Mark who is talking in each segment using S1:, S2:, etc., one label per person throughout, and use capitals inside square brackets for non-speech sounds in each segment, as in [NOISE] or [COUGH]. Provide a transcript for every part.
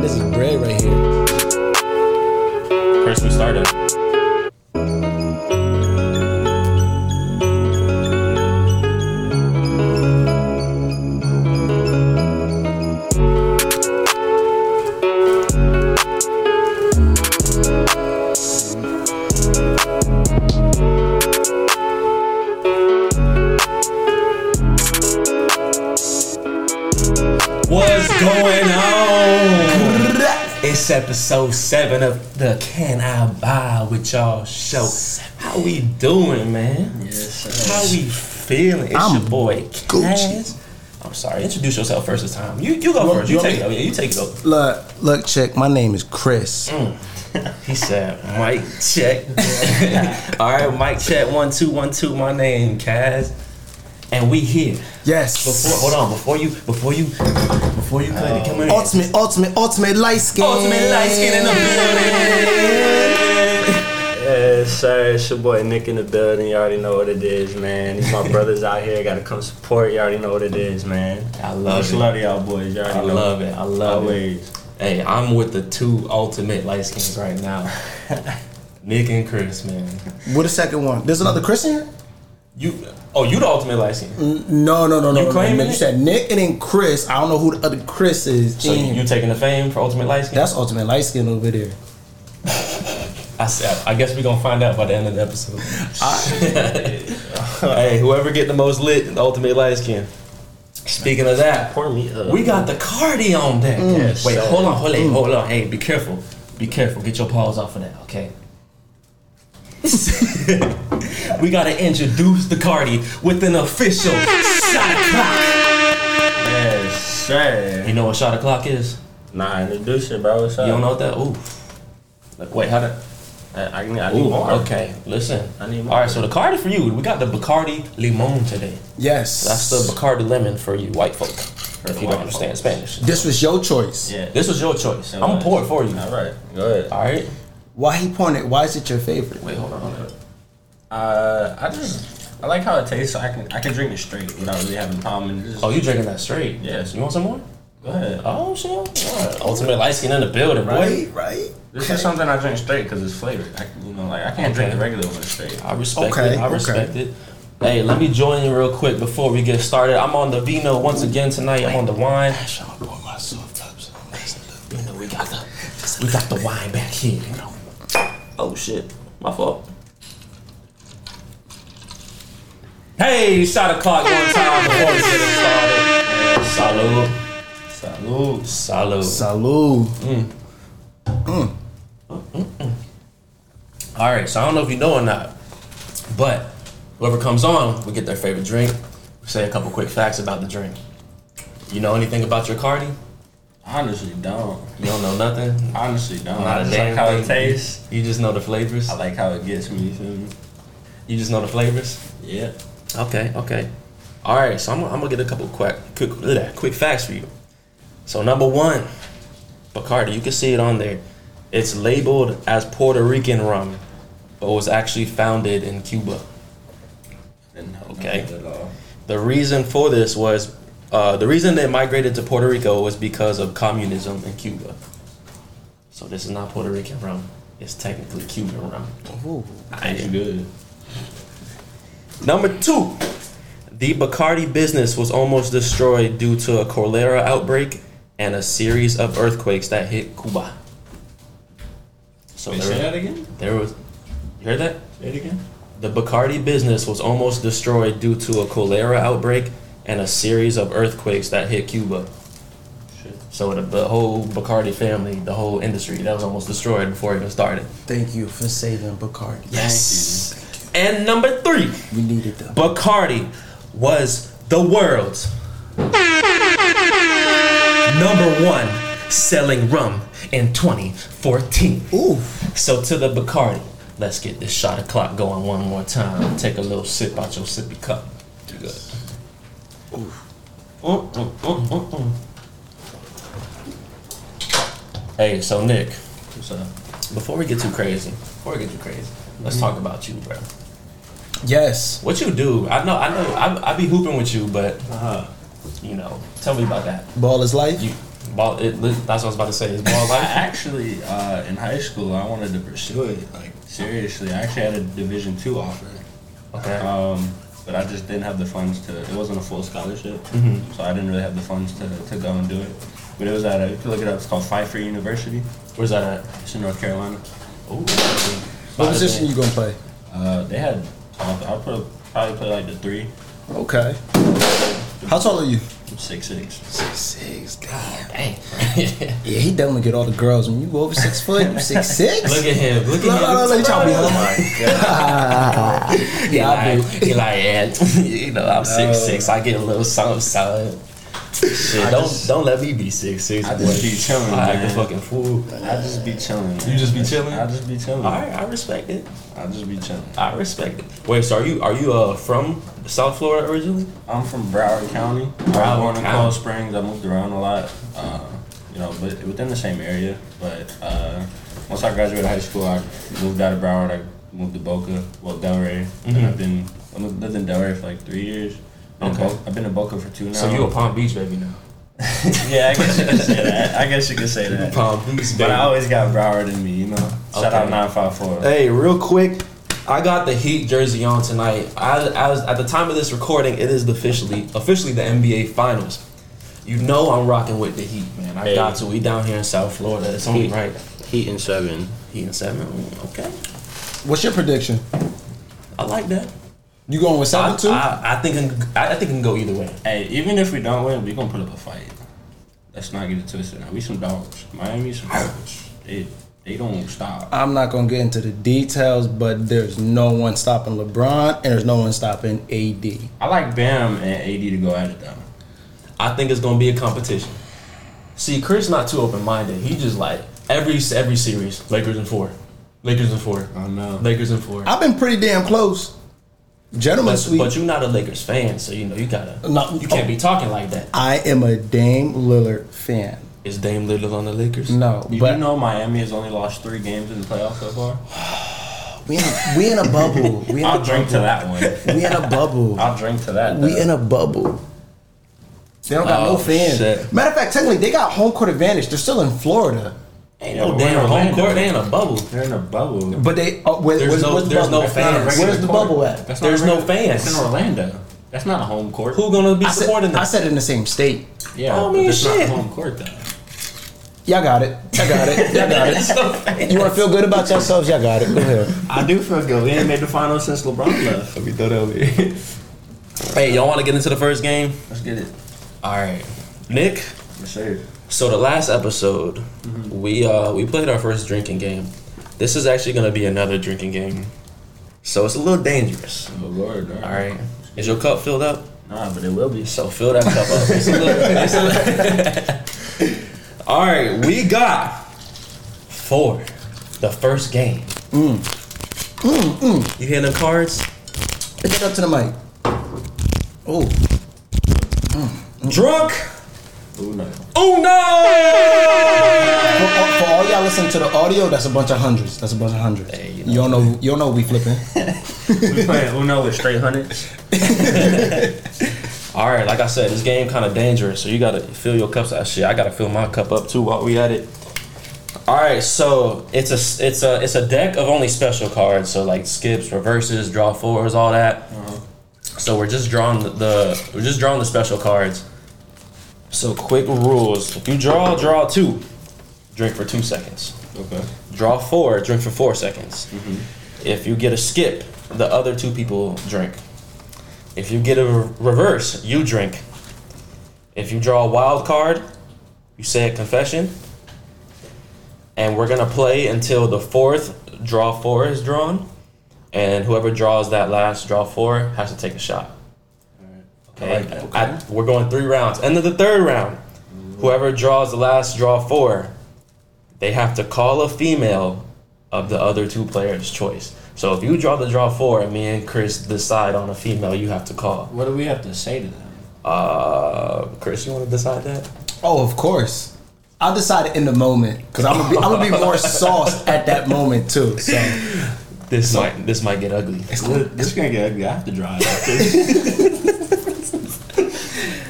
S1: This is bread right here.
S2: First we started. [LAUGHS] What's going on? It's episode seven of the Can I Buy with y'all show. How we doing, man? How we feeling? It's your boy Cass. I'm sorry. Introduce yourself first this time. You you go first. You
S3: you
S2: take it
S3: want
S2: over. You take it over.
S3: Look, look, check. My name is Chris.
S2: Mm. He said, "Mike check." [LAUGHS] All right, Mike check. One two one two. My name Cass, and we here.
S3: Yes.
S2: Before hold on. Before you before you before you come in- come in.
S3: Ultimate, ultimate, ultimate light skin.
S2: ultimate light skin in the building.
S4: Yes, sir. It's your boy Nick in the building. You already know what it is, man. These
S2: [LAUGHS]
S4: my brothers out here. Gotta come support. You already know what it is, man.
S2: I
S4: Much
S2: love it.
S4: love to y'all boys. You already
S2: I
S4: know.
S2: love it. I love it.
S4: Always.
S2: Hey, I'm with the two ultimate light skins right now. Nick and Chris, man.
S3: With a second one. There's another Chris in here?
S2: You oh, you the ultimate light skin.
S3: No, no, no, no.
S2: You
S3: no,
S2: claiming
S3: no,
S2: it?
S3: You said Nick and then Chris. I don't know who the other Chris is.
S2: So
S3: in
S2: you
S3: here.
S2: taking the fame for ultimate light skin?
S3: That's ultimate light skin over there.
S2: I said, I guess we're gonna find out by the end of the episode. hey, whoever get the most lit, the ultimate light skin.
S4: [LAUGHS]
S2: Speaking of that,
S4: Pour me up.
S2: we got the cardi on deck.
S4: Yes,
S2: Wait,
S4: sir. Mm.
S2: hold on, hold on, hold on. Hey, be careful. Be careful. Get your paws off of that, okay? we gotta introduce the cardi with an official shot o'clock.
S4: Yes,
S2: You
S4: sir.
S2: know what shot o'clock is?
S4: Nah, introduce it, bro. What's up?
S2: You don't know what that? Ooh. Like, Wait, how did?
S4: I, I, need, I need
S2: Ooh,
S4: more.
S2: okay. Listen.
S4: I need more.
S2: All right, so the Cardi for you, we got the Bacardi Limon today.
S3: Yes.
S2: That's the Bacardi lemon for you white folk, if
S4: the
S2: you don't
S4: white
S2: understand
S4: folks.
S2: Spanish.
S3: This was your choice.
S4: Yeah.
S2: This was your choice. I'm gonna pour it for you.
S4: All right. Go ahead.
S2: All right.
S3: Why he pointed? Why is it your favorite?
S2: Wait, hold on. Hold on.
S4: Uh, I just I like how it tastes. So I can I can drink it straight without really having a problem. It's Just,
S2: Oh, you drinking that straight?
S4: Yes.
S2: You want some more?
S4: Go ahead.
S2: Oh shit! All right. Ultimate light skin in the building, boy.
S3: Right, right. [LAUGHS]
S4: This is something I drink straight because it's flavored. I, you know, like I can't drink
S2: Okay.
S4: the regular one straight.
S2: I respect
S3: Okay,
S2: it. I
S3: okay.
S2: respect it. Hey, let me join you real quick before we get started. I'm on the vino once again tonight. I'm on the wine. You know we got the we got the wine back here. You know. Oh shit, my fault. Hey, shot o'clock one time before we get it started. Salud, salud, salud.
S3: Salud.
S2: All right, so I don't know if you know or not, but whoever comes on, we get their favorite drink. We say a couple quick facts about the drink. You know anything about your Cardi?
S4: Honestly, don't.
S2: You don't know nothing.
S4: Honestly, don't.
S2: [LAUGHS] Not
S4: I
S2: a
S4: just
S2: damn
S4: like how
S2: thing.
S4: it tastes.
S2: You just know the flavors.
S4: I like how it gets me. You feel me?
S2: You just know the flavors.
S4: Yeah.
S2: Okay, okay. All right, so I'm, I'm gonna get a couple quick quick bleh, quick facts for you. So number one, Bacardi. You can see it on there. It's labeled as Puerto Rican rum, but was actually founded in Cuba.
S4: And no,
S2: Okay.
S4: not At all.
S2: The reason for this was uh, the reason they migrated to Puerto Rico was because of communism in Cuba. So this is not Puerto Rican rum. It's technically Cuban rum.
S3: Ooh.
S4: It's good.
S2: Number two, the Bacardi business was almost destroyed due to a cholera outbreak and a series of earthquakes that hit Cuba. So
S4: Wait, say that
S2: there,
S4: again.
S2: there was, you heard that?
S4: Say it again.
S2: The Bacardi business was almost destroyed due to a cholera outbreak and a series of earthquakes that hit Cuba.
S4: Shit.
S2: So the, the whole Bacardi family, the whole industry, that was almost destroyed before it even started.
S3: Thank you for saving Bacardi.
S2: Yes. And number three,
S3: We needed them.
S2: Bacardi was the world's number one selling rum in 2014.
S3: Ooh.
S2: So to the Bacardi, let's get this shot o'clock going one more time. Take a little sip out your sippy cup. You good? Mm, mm, mm, mm, mm. Hey, so Nick, so before we get too crazy, before we get too crazy, let's talk about you, bro.
S3: Yes.
S2: What you do? I know, I know, I, I be hooping with you, but
S4: Uh huh.
S2: you know, tell me about that.
S3: Ball is life.
S2: You Ball, it, that's what I was about to say. Is ball
S4: I
S2: life?
S4: actually, uh, in high school, I wanted to pursue it. Like seriously, I actually had a Division two offer,
S2: [LAUGHS] Okay.
S4: um, but I just didn't have the funds to. It wasn't a full scholarship,
S2: Mhm.
S4: so I didn't really have the funds to, to go and do it. But it was at a, you can look it up. It's called Pfeiffer University.
S2: Where's that at?
S4: It's in North Carolina.
S2: Ooh.
S3: What position you gonna play?
S4: Uh, they had. I probably probably play like the three,
S3: Okay. How tall are you?
S4: six, six.
S3: Six six. Damn.
S2: Dang. [LAUGHS]
S3: Yeah, he definitely get all the girls. When you go over six foot, you six six.
S2: Look at him. Look at
S3: No,
S2: him.
S3: no, no, you trying to be
S2: Oh my god. He
S3: Yeah, I
S2: like, he like, yeah, [LAUGHS] you know, I'm six six. I get a little something solid. Shit, don't
S4: just-
S2: don't let me be six six.
S4: I just be chilling,
S2: I act a
S4: man.
S2: fucking fool.
S4: I just be chilling.
S2: You just be chilling?
S4: I just be chilling.
S2: All right, I respect it.
S4: I just be chilling.
S2: I respect it. Wait, so are you are you uh from South Florida originally?
S4: I'm from Broward County. I
S2: Broward
S4: was born in
S2: County.
S4: Cold Springs. I moved around a lot, uh, you know, but within the same area. But uh, once I graduated high school, I moved out of Broward. I moved to Boca, well, Delray. And I've been I lived lived in Delray for like three years. Been in
S2: Mm-hmm. Okay.
S4: Bo- I've been in Boca for two now.
S2: So you a Palm Beach baby now?
S4: yeah, I guess you could say that. I guess you could say that.
S2: Palm Beach baby.
S4: But I always got Broward in me, you know. Shout
S2: Okay.
S4: out 954.
S2: Hey, real quick, I got the Heat jersey on tonight. I, I was, at the time of this recording, it is officially officially the NBA Finals. You know I'm rocking with the Heat, man. I
S4: Hey.
S2: got to. We down here in South Florida. It's only
S4: Heat.
S2: right.
S4: Heat and seven.
S2: Heat and seven. Mm, Okay,
S3: What's your prediction?
S2: I like that.
S3: You going with
S2: I,
S3: seven two?
S2: I, I think it can- I, I think it can go either way.
S4: Hey, even if we don't win, we gonna put up a fight. Let's not get it twisted. Now we some dogs. Miami some dogs. They they don't stop.
S3: I'm not gonna get into the details, but there's no one stopping LeBron and there's no one stopping AD.
S4: I like Bam and AD to go at it though.
S2: I think it's gonna be a competition. See, Chris not too open minded. He just like every every series, Lakers in four, Lakers in four,
S4: I know.
S2: Lakers in four.
S3: I've been pretty damn close, gentlemen.
S2: But,
S3: Sweet, Oh.
S2: but you're not a Lakers fan, so you know you gotta.
S3: No.
S2: you can't be talking like that.
S3: I am a Dame Lillard fan.
S2: Is Dame Lillard on the Lakers?
S3: No,
S4: You
S3: but
S4: do know Miami has only lost three games in the playoffs so far.
S3: we in a, we in a bubble. We in a
S4: [LAUGHS] I'll drink to
S3: bubble.
S4: that one.
S3: We in a bubble.
S4: I'll drink to that.
S3: We in
S4: though.
S3: a bubble. They don't got
S4: Oh,
S3: no fans.
S4: shit.
S3: Matter of fact, technically, they got home court advantage. They're still in Florida,
S2: Ain't
S4: Yeah,
S2: no
S4: we're in
S2: damn home
S4: Orlando.
S2: court. They in a bubble.
S4: They're in a bubble.
S3: but they uh, where,
S2: There's
S3: where's,
S2: no-
S3: where's the
S2: there's
S3: bubble?
S2: no
S3: That's not a
S2: fans.
S3: regular Where's the
S4: court.
S3: bubble at?
S4: That's not
S2: There's
S4: a
S2: no
S4: regu-
S2: fans.
S4: It's in Orlando. That's not a home court.
S2: Who gonna be
S3: I
S2: supporting
S3: said,
S2: them?
S3: I said it in the same state.
S4: Yeah,
S2: Oh,
S4: but
S2: man,
S4: that's
S2: shit.
S4: not home court though.
S3: Y'all got it. Y'all got it. Y'all got it.
S2: [LAUGHS] There's no fans.
S3: You want to feel good about yourselves? Y'all got it. Go ahead.
S4: I do feel good. We ain't made the finals since LeBron [LAUGHS] left.
S2: Let me throw that over here. Hey, y'all want to get into the first game?
S4: Let's get it.
S2: All right, Nick.
S4: Yes, sir.
S2: So the last episode,
S3: Mm-hmm.
S2: we uh we played our first drinking game. This is actually gonna be another drinking game, so it's a little dangerous.
S4: Oh Lord.
S2: All right, is your cup filled up?
S4: Nah, but it will be.
S2: So fill that cup up. It's a little- it's a little- [LAUGHS] All right, we got four. The first game. Mm. You hear them cards?
S3: Pick it up to the mic. Oh,
S2: Drunk.
S4: Who knows?
S2: Oh no!
S3: for, for all y'all listening to the audio, that's a bunch of hundreds. That's a bunch of hundreds.
S2: Hey, you
S3: you, don't know. You don't know. We flipping.
S4: We playing Uno with straight hundreds.
S2: All right, like I said, this game kind of dangerous, so you gotta fill your cups. Ah, Shit, I gotta fill my cup up too while we at it. All right, so it's a it's a it's a deck of only special cards, so like skips, reverses, draw fours, all that. So we're just drawing the, the we're just drawing the special cards. So quick rules: if you draw, draw two, drink for two seconds.
S4: Okay.
S2: Draw four, drink for four seconds. If you get a skip, the other two people drink. If you get a re- reverse, you drink. If you draw a wild card, you say a confession. And we're gonna play until the fourth draw four is drawn, and whoever draws that last draw four has to take a shot. Okay,
S4: like that.
S2: I- we're going three rounds. End of the third round, whoever draws the last draw four, they have to call a female of the other two players' choice. So if you draw the draw four, and me and Chris decide on a female, you have to call.
S4: What do we have to say to them?
S2: Uh, Chris, you want to decide that?
S3: Oh, of course. I'll decide it in the moment because I'm gonna be, I'm gonna be more sauced at that moment too. So
S2: This might this might get ugly.
S4: This is gonna get ugly. I have to drive.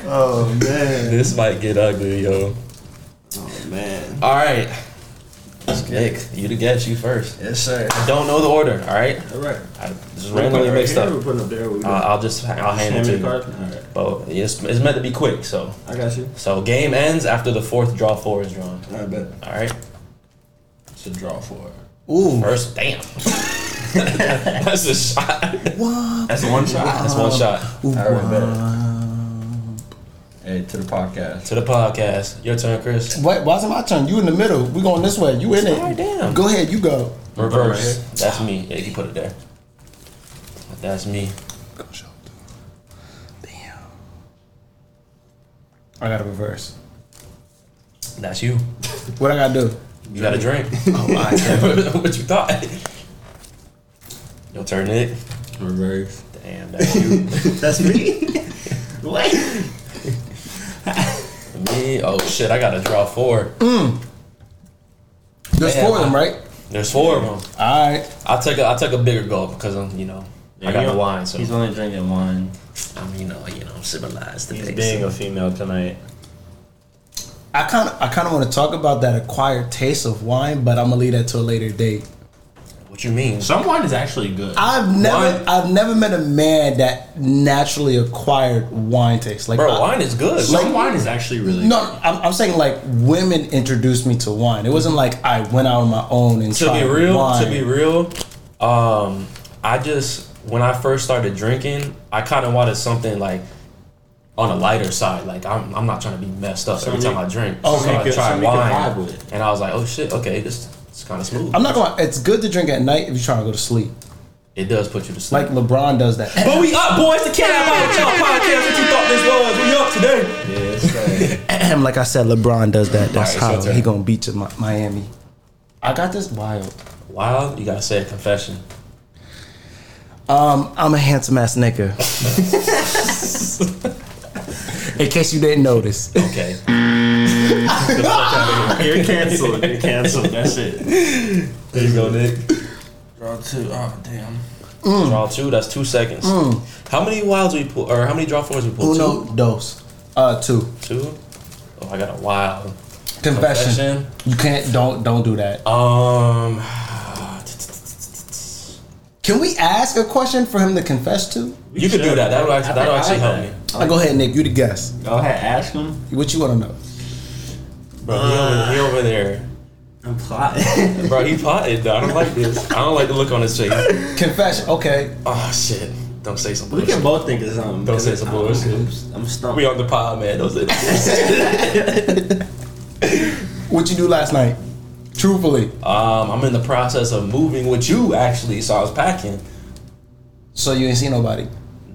S4: oh man. [LAUGHS] Oh,
S2: This might get ugly, yo. All right. Nick, you the guest. You first.
S1: Yes, sir.
S2: I don't know the order. All right.
S1: All right.
S2: I just randomly mixed
S1: We're
S2: up.
S1: putting up there.
S2: Uh, I'll just I'll hand it to you.
S1: All right.
S2: But it's, it's meant to be quick. So
S1: I got you.
S2: so game ends after the fourth draw four is drawn.
S1: I bet.
S2: All right.
S1: It's a draw for.
S3: Ooh.
S2: First, damn. [LAUGHS] That's a shot.
S3: What?
S1: That's one shot.
S2: That's one shot
S1: I already bet it. Hey, to the podcast.
S2: to the podcast. Your turn, Chris.
S3: What? Why is it my turn? You in the middle. We going this way. You in it?
S2: Alright, damn.
S3: Go ahead. You go.
S2: Reverse. That's me. Yeah, you put it there. That's me.
S3: Damn. I gotta reverse.
S2: That's you.
S3: What I gotta do?
S2: You got a drink.
S3: Oh my.
S2: [LAUGHS] what you thought? Your turn, Nick.
S1: Reverse.
S2: Damn, that's you. [LAUGHS]
S4: That's me. what?
S2: me. Oh shit, I gotta draw four.
S3: There's
S2: Man,
S3: four of them,
S2: I-
S3: right?
S2: There's four of them.
S3: All right.
S2: I took a, I took a bigger gulp because I'm you know I got the wine, so
S1: He's only drinking wine.
S2: I'm you know you know I'm civilized
S4: He's
S2: today.
S4: being
S2: so.
S4: a female tonight.
S3: I kind of I kind of want to talk about that acquired taste of wine, but I'm gonna leave that to a later date.
S2: What you mean?
S1: Some wine is actually good.
S3: I've never
S2: Wine-
S3: I've never met a man that naturally acquired wine taste. Like
S2: Bro,
S3: I-
S2: wine is good.
S1: Some wine is actually really
S3: No, I'm, I'm saying like women introduced me to wine. It wasn't like I went out on my own and
S2: to
S3: tried
S2: be real,
S3: wine.
S2: to be real, um, I just when I first started drinking, I kind of wanted something like on a lighter side. Like I'm, I'm not trying to be messed up every
S1: Something
S2: time I drink.
S1: Oh,
S2: so I
S1: something you
S2: tried
S1: can- something you can
S2: wine,
S1: vibe with.
S2: and I was like, oh shit, okay, this it's kind of smooth.
S3: I'm not going. to It's good to drink at night if you're trying to go to sleep.
S2: It does put you to
S3: Like
S2: sleep.
S3: LeBron does that. [CLEARS THROAT]
S2: but we up, boys. The cat out with y'all podcast. What you thought this was? We up today.
S1: good. Yes, sir.
S3: like I said, LeBron does that. That's
S2: All right, it's
S3: how
S2: your
S3: he
S2: turn.
S3: gonna beat you, Mi- Miami. I got this wild.
S2: Wild, you gotta say a confession.
S3: Um, I'm a handsome ass nigga.
S2: [LAUGHS]
S3: In case you didn't notice,
S2: Okay. [LAUGHS]
S1: [LAUGHS]
S4: You're canceled. You're canceled. That's it.
S2: there you go, Nick.
S1: Draw two. Oh, damn.
S3: Mm.
S2: Draw two. That's two seconds. How many wilds we pull, or how many draw fours we pull? Two?
S3: uno dos, uh, two.
S2: Two. Oh, I got a wild
S3: Confession.
S2: confession.
S3: You can't. Don't don't do that.
S2: Um, [SIGHS]
S3: Can we ask a question for him to confess to?
S2: you could do that. That'll actually, that'll actually help me.
S3: Uh, go ahead, Nick. You the guest.
S1: Go ahead, ask him.
S3: What you want to know?
S2: Bro, he, over,
S3: Uh.
S2: he over there.
S1: I'm plotting. [LAUGHS]
S2: Bro, he potted. Though. I don't like this. I don't like the look on his
S3: [LAUGHS]
S2: face.
S3: Confession. Okay.
S2: Oh shit! Don't say something.
S1: we can both think of something.
S2: Don't say some bullshit.
S1: I'm, I'm, I'm stumped.
S2: We on the pod, man. Don't
S3: [LAUGHS]
S2: say that.
S3: What you do last night? Truthfully.
S2: um, I'm in the process of moving with you actually, so I was packing.
S3: So you ain't seen nobody.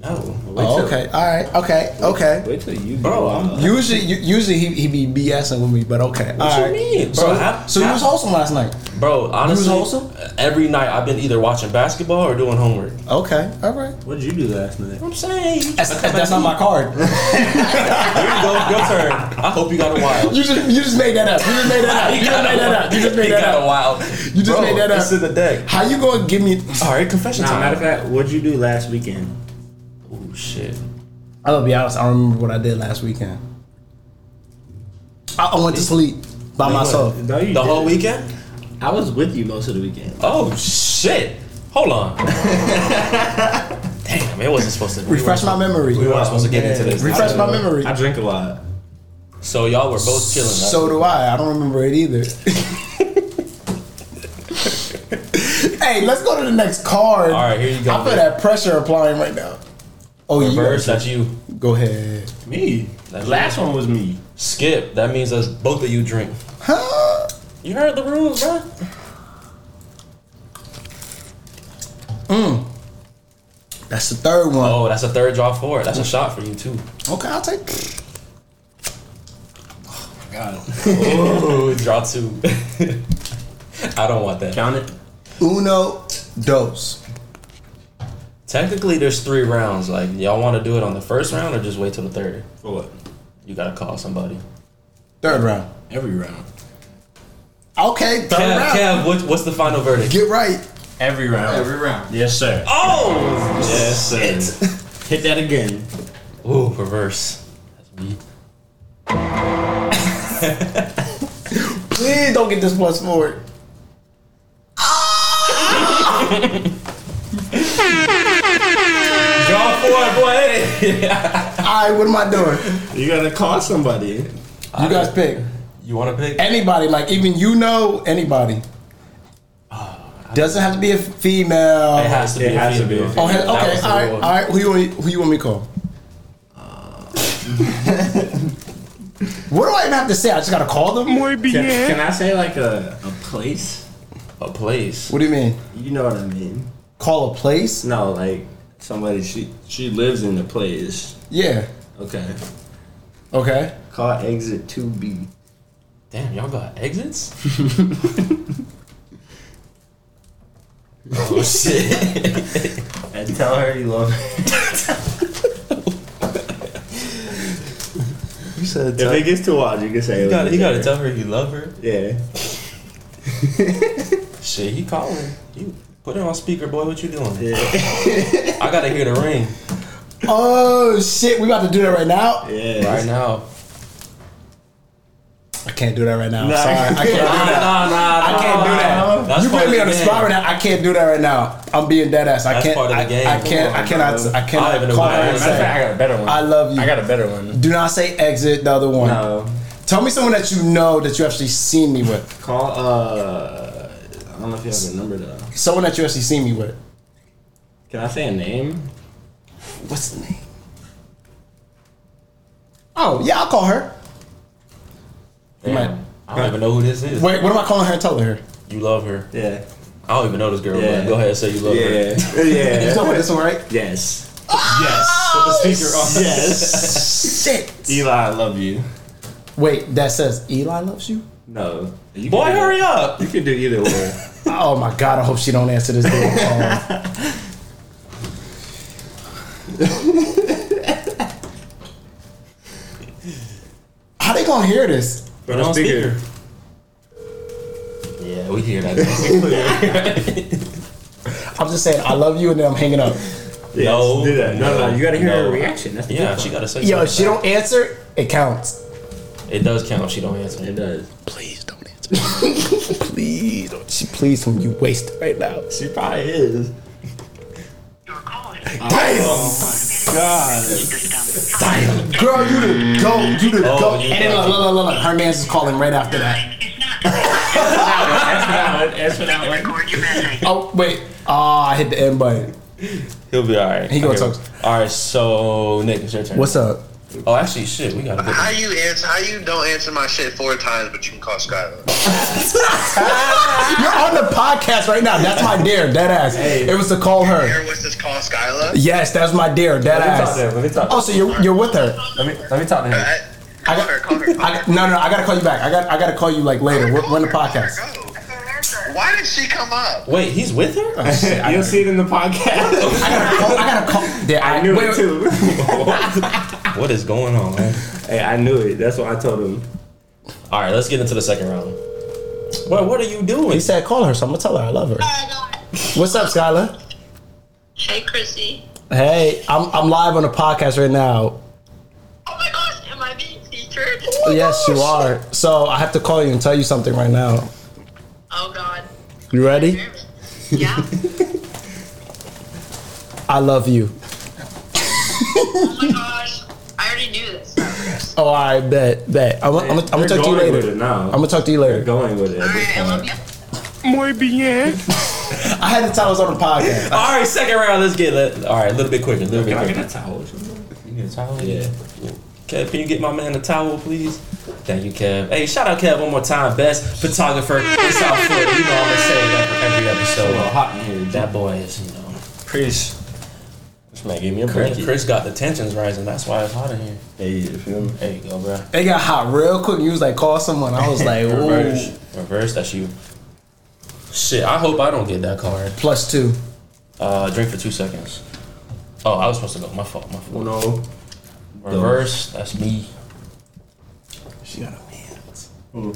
S2: No,
S3: Oh, okay. All right. Okay. Okay.
S4: Wait till you.
S2: bro. I'm, what
S3: Usually, u- usually he, he be BSing with me, but okay. What
S2: you mean, bro?
S3: So,
S2: I-
S3: so you was wholesome last night.
S2: bro, honestly,
S3: wholesome?
S2: every night I've been either watching basketball or doing homework.
S3: Okay. All right.
S1: What'd you do last night?
S2: I'm saying you
S3: That's, that's not my card.
S2: [LAUGHS] Here you go, your turn. I hope you got a wild.
S3: You just you just made that up. You just made
S2: [LAUGHS]
S3: that up. You just made that up. You just made that
S2: got a
S3: up.
S2: wild.
S3: You just made that up.
S2: It's in the deck.
S3: How you gonna give me?
S2: All right, confession
S4: Nah,
S2: time.
S4: matter of fact, what'd you do last weekend?
S2: oh shit.
S3: I'm gonna be honest. I don't remember what I did last weekend. I, I went to sleep by myself.
S4: No, you
S2: The whole
S4: didn't.
S2: weekend?
S1: I was with you most of the weekend.
S2: Oh shit. Hold on.
S3: [LAUGHS]
S2: Damn, it wasn't supposed to. we
S3: Refresh my
S2: weren't-
S3: memory.
S2: We weren't supposed to get into this.
S3: Refresh my memory.
S4: I drink a lot.
S2: So y'all were both chilling. right?
S3: So do I. I don't remember it either. [LAUGHS] hey, let's go to the next card.
S2: All right, here you go,
S3: I feel
S2: Nick.
S3: that pressure applying right now. Oh, you
S2: reverse.
S3: got
S2: That's you.
S3: it. Go ahead.
S1: Me.
S2: That's
S1: last one was me.
S2: Skip. That means us both of you drink.
S3: Huh?
S2: You heard the rules, bro.
S3: That's the third one.
S2: Oh, that's a third draw four. That's a shot for you too.
S3: Okay, I'll take.
S2: Ooh, [LAUGHS] draw two. I don't want that.
S1: Count it.
S3: Uno, dos.
S2: Technically, there's three rounds. Like, y'all want to do it on the first round or just wait till the third?
S1: For what?
S2: You gotta call somebody.
S3: Third round.
S1: Every round.
S3: Okay, third
S2: Kev,
S3: round.
S2: Kev, what, what's the final verdict?
S3: Get right.
S1: Every round.
S5: round.
S1: Yes, sir.
S2: Oh,
S1: Yes, sir.
S2: shit.
S1: Hit that again.
S2: Ooh, reverse. That's me.
S3: Please don't get this plus four.
S2: Draw four, boy.
S3: All right, what am I doing?
S1: You gotta call somebody.
S3: You guys pick
S2: You want to pick?
S3: anybody, like even you know anybody. Doesn't have to be a female.
S2: It has to be.
S1: It
S2: a
S1: has to be a
S2: female.
S1: female.
S3: Oh, hell,
S2: That
S3: okay,
S2: was the
S3: all right, all
S2: rule.
S3: right. Who you want? Who you want me to call? what do I even have to say? I just gotta call them.
S1: Can, can I say like a, a place?
S2: A place.
S3: What do you mean?
S1: You know what I mean?
S3: Call a place?
S1: No, like somebody she she lives in the place.
S3: Yeah.
S1: Okay.
S3: Okay.
S4: Call exit 2B.
S2: Damn, y'all got exits?
S1: [LAUGHS]
S4: And tell her you love her.
S2: You said
S4: If it gets too wild, you can say
S2: You
S4: it.
S2: gotta,
S4: was
S2: you gotta
S4: there.
S2: tell her you love her.
S4: Yeah.
S2: Shit, he calling. You put it on speaker, boy. What you doing?
S4: Yeah.
S2: I gotta hear the ring
S3: Oh shit, we about to do that right now.
S4: Yeah.
S2: right now.
S3: I can't do that right now. I'm
S4: Nah.
S3: sorry, I can't do
S2: [LAUGHS]
S3: that.
S2: nah,
S3: I
S2: nah.
S3: can't do that.
S2: That's
S3: you
S2: part
S3: put me
S2: of
S3: on the
S2: game.
S3: spot right now. I can't do that right now. I'm being dead ass. I
S2: That's
S3: can't.
S2: part of the
S3: I-
S2: game.
S3: I,
S2: Come
S3: can't.
S2: on,
S3: I cannot.
S2: bro.
S3: I
S2: I don't even
S3: cannot
S2: know
S3: call
S2: what
S3: her
S2: I
S1: Matter
S3: and
S2: am.
S1: of fact, I
S3: say.
S1: got a better one.
S3: I love you.
S1: I got a better one.
S3: Do not say exit. The other one.
S1: No.
S3: Tell me someone that you know that you actually seen me with.
S1: Call uh I don't know if you have a number though.
S3: Someone that you actually seen me with.
S1: Can I say a name?
S3: What's the name? Oh yeah, I'll call her.
S2: Damn.
S3: Man.
S2: I don't even know who this is.
S3: Wait, what am I calling her and telling her?
S2: You love her.
S4: Yeah.
S2: I don't even know this girl,
S4: Yeah.
S2: but go ahead and say you love her.
S4: Yeah.
S3: You
S4: Yeah.
S3: know what this one, right?
S4: Yes.
S2: Yes. Put the speaker on.
S4: [LAUGHS]
S2: [LAUGHS]
S4: Yes.
S3: Oh, Shit.
S1: Eli, I love you.
S3: Wait, that says Eli loves you.
S4: No. You can
S2: Boy,
S4: do-
S2: hurry up.
S4: You can do either way.
S2: [LAUGHS]
S3: Oh my god, I hope she don't answer this damn call. How they gonna hear this?
S2: Put it on speaker. Yeah, we [LAUGHS] hear that.
S3: I'm just saying, I love you, and then I'm hanging up.
S4: Yes,
S2: No.
S4: do that. No, no, you gotta hear
S2: No.
S4: her reaction. That's the
S2: yeah,
S4: good
S2: she gotta say
S3: Yo,
S2: something.
S3: if she don't answer, it counts.
S2: It does count if she don't answer.
S4: part. It does.
S3: Please don't answer. please don't. She please from you wasted right now.
S4: She probably
S1: [LAUGHS]
S4: is.
S5: Your call is
S2: Oh
S4: God.
S5: Damn.
S3: Girl, you the goat. You the
S2: Oh,
S3: goat.
S2: you
S3: And then
S2: lucky.
S3: look, look, look, look, look. Her man's just calling right after that.
S5: It's not. Record your message.
S3: Oh wait. Ah, I hit the end button.
S2: He'll be all right.
S3: He gonna
S2: Okay.
S3: talk.
S2: All right, so Nick, it's your turn.
S3: What's up?
S2: Oh, actually, shit, we gotta.
S6: How you answer? How you don't answer my shit four times, but you can call Skylar?
S3: You're on the podcast right now. That's my dare, dead ass. It was to call her.
S6: Here, what's this call, Skylar?
S3: Yes, that's my dare, dead
S1: Let me talk to
S3: ass.
S1: him. Let me talk.
S3: Oh, so you're you're with her?
S1: Let me let me talk to
S4: [LAUGHS]
S1: him.
S6: I- Call
S3: got-
S6: her. Call her. Call
S3: I,
S6: her.
S3: no, no, I gotta call you back. I got I gotta call you like later. We're, we're on the
S4: [LAUGHS]
S3: podcast.
S6: Go. Why did she come up?
S2: Wait, he's with
S3: [LAUGHS]
S2: her?
S1: You'll see it in the podcast.
S3: I gotta call. I gotta call. Yeah,
S4: I knew
S3: wait, wait.
S4: it too.
S2: What is going on? man?
S4: [LAUGHS] hey, I knew it. That's what I told him.
S2: All right, let's get into the second round. What What are you
S3: He
S2: doing?
S3: said call her, so I'm gonna tell her I love her. What's up, Skylar?
S5: Hey, Chrissy.
S3: Hey, I'm I'm live on the podcast right now.
S5: Oh my gosh, am I being featured?
S3: Oh, Yes, you are. So I have to call you and tell you something right now.
S5: Oh god.
S3: You ready?
S5: Nervous. Yeah.
S3: I love you.
S5: Oh my gosh. I already knew this.
S3: Oh, I bet, bet. I'm, I'm, I'm, gonna
S4: They're
S3: talk to you
S4: going with
S3: later.
S4: it
S3: I'm
S4: now.
S3: gonna talk to you
S4: They're
S3: later.
S4: going with it. at this
S5: Alright, I love
S4: point.
S5: you.
S3: I had to tell I was on the podcast.
S2: All right, second round. Let's get let. All right, a little bit quicker. A little bit
S4: Can I
S2: quicker.
S4: get a towel?
S2: You need a towel?
S4: Yeah.
S2: Kev, can you get my man a towel, please? Thank you, Kev. Hey, shout out Kev one more time. Best photographer in South Florida. You know I'm gonna say that for every
S4: A little
S2: episode.
S4: hot in here.
S2: That boy is, you know.
S1: Chris. This man gave me a
S2: Chris,
S1: break.
S2: Chris got the tensions rising. That's why it's hot in here.
S1: Hey, you feel me?
S2: There you go, bro.
S3: It got hot real quick. You was like, call someone. I was like, ooh.
S1: Reverse.
S2: Reverse. That's you. Shit, I hope I don't get that card.
S3: Plus two.
S2: Uh, drink for two seconds. Oh, I was supposed to go. My fault. My fault.
S4: Uno,
S2: Reverse. That's me.
S3: She got a
S4: Ooh.
S3: man.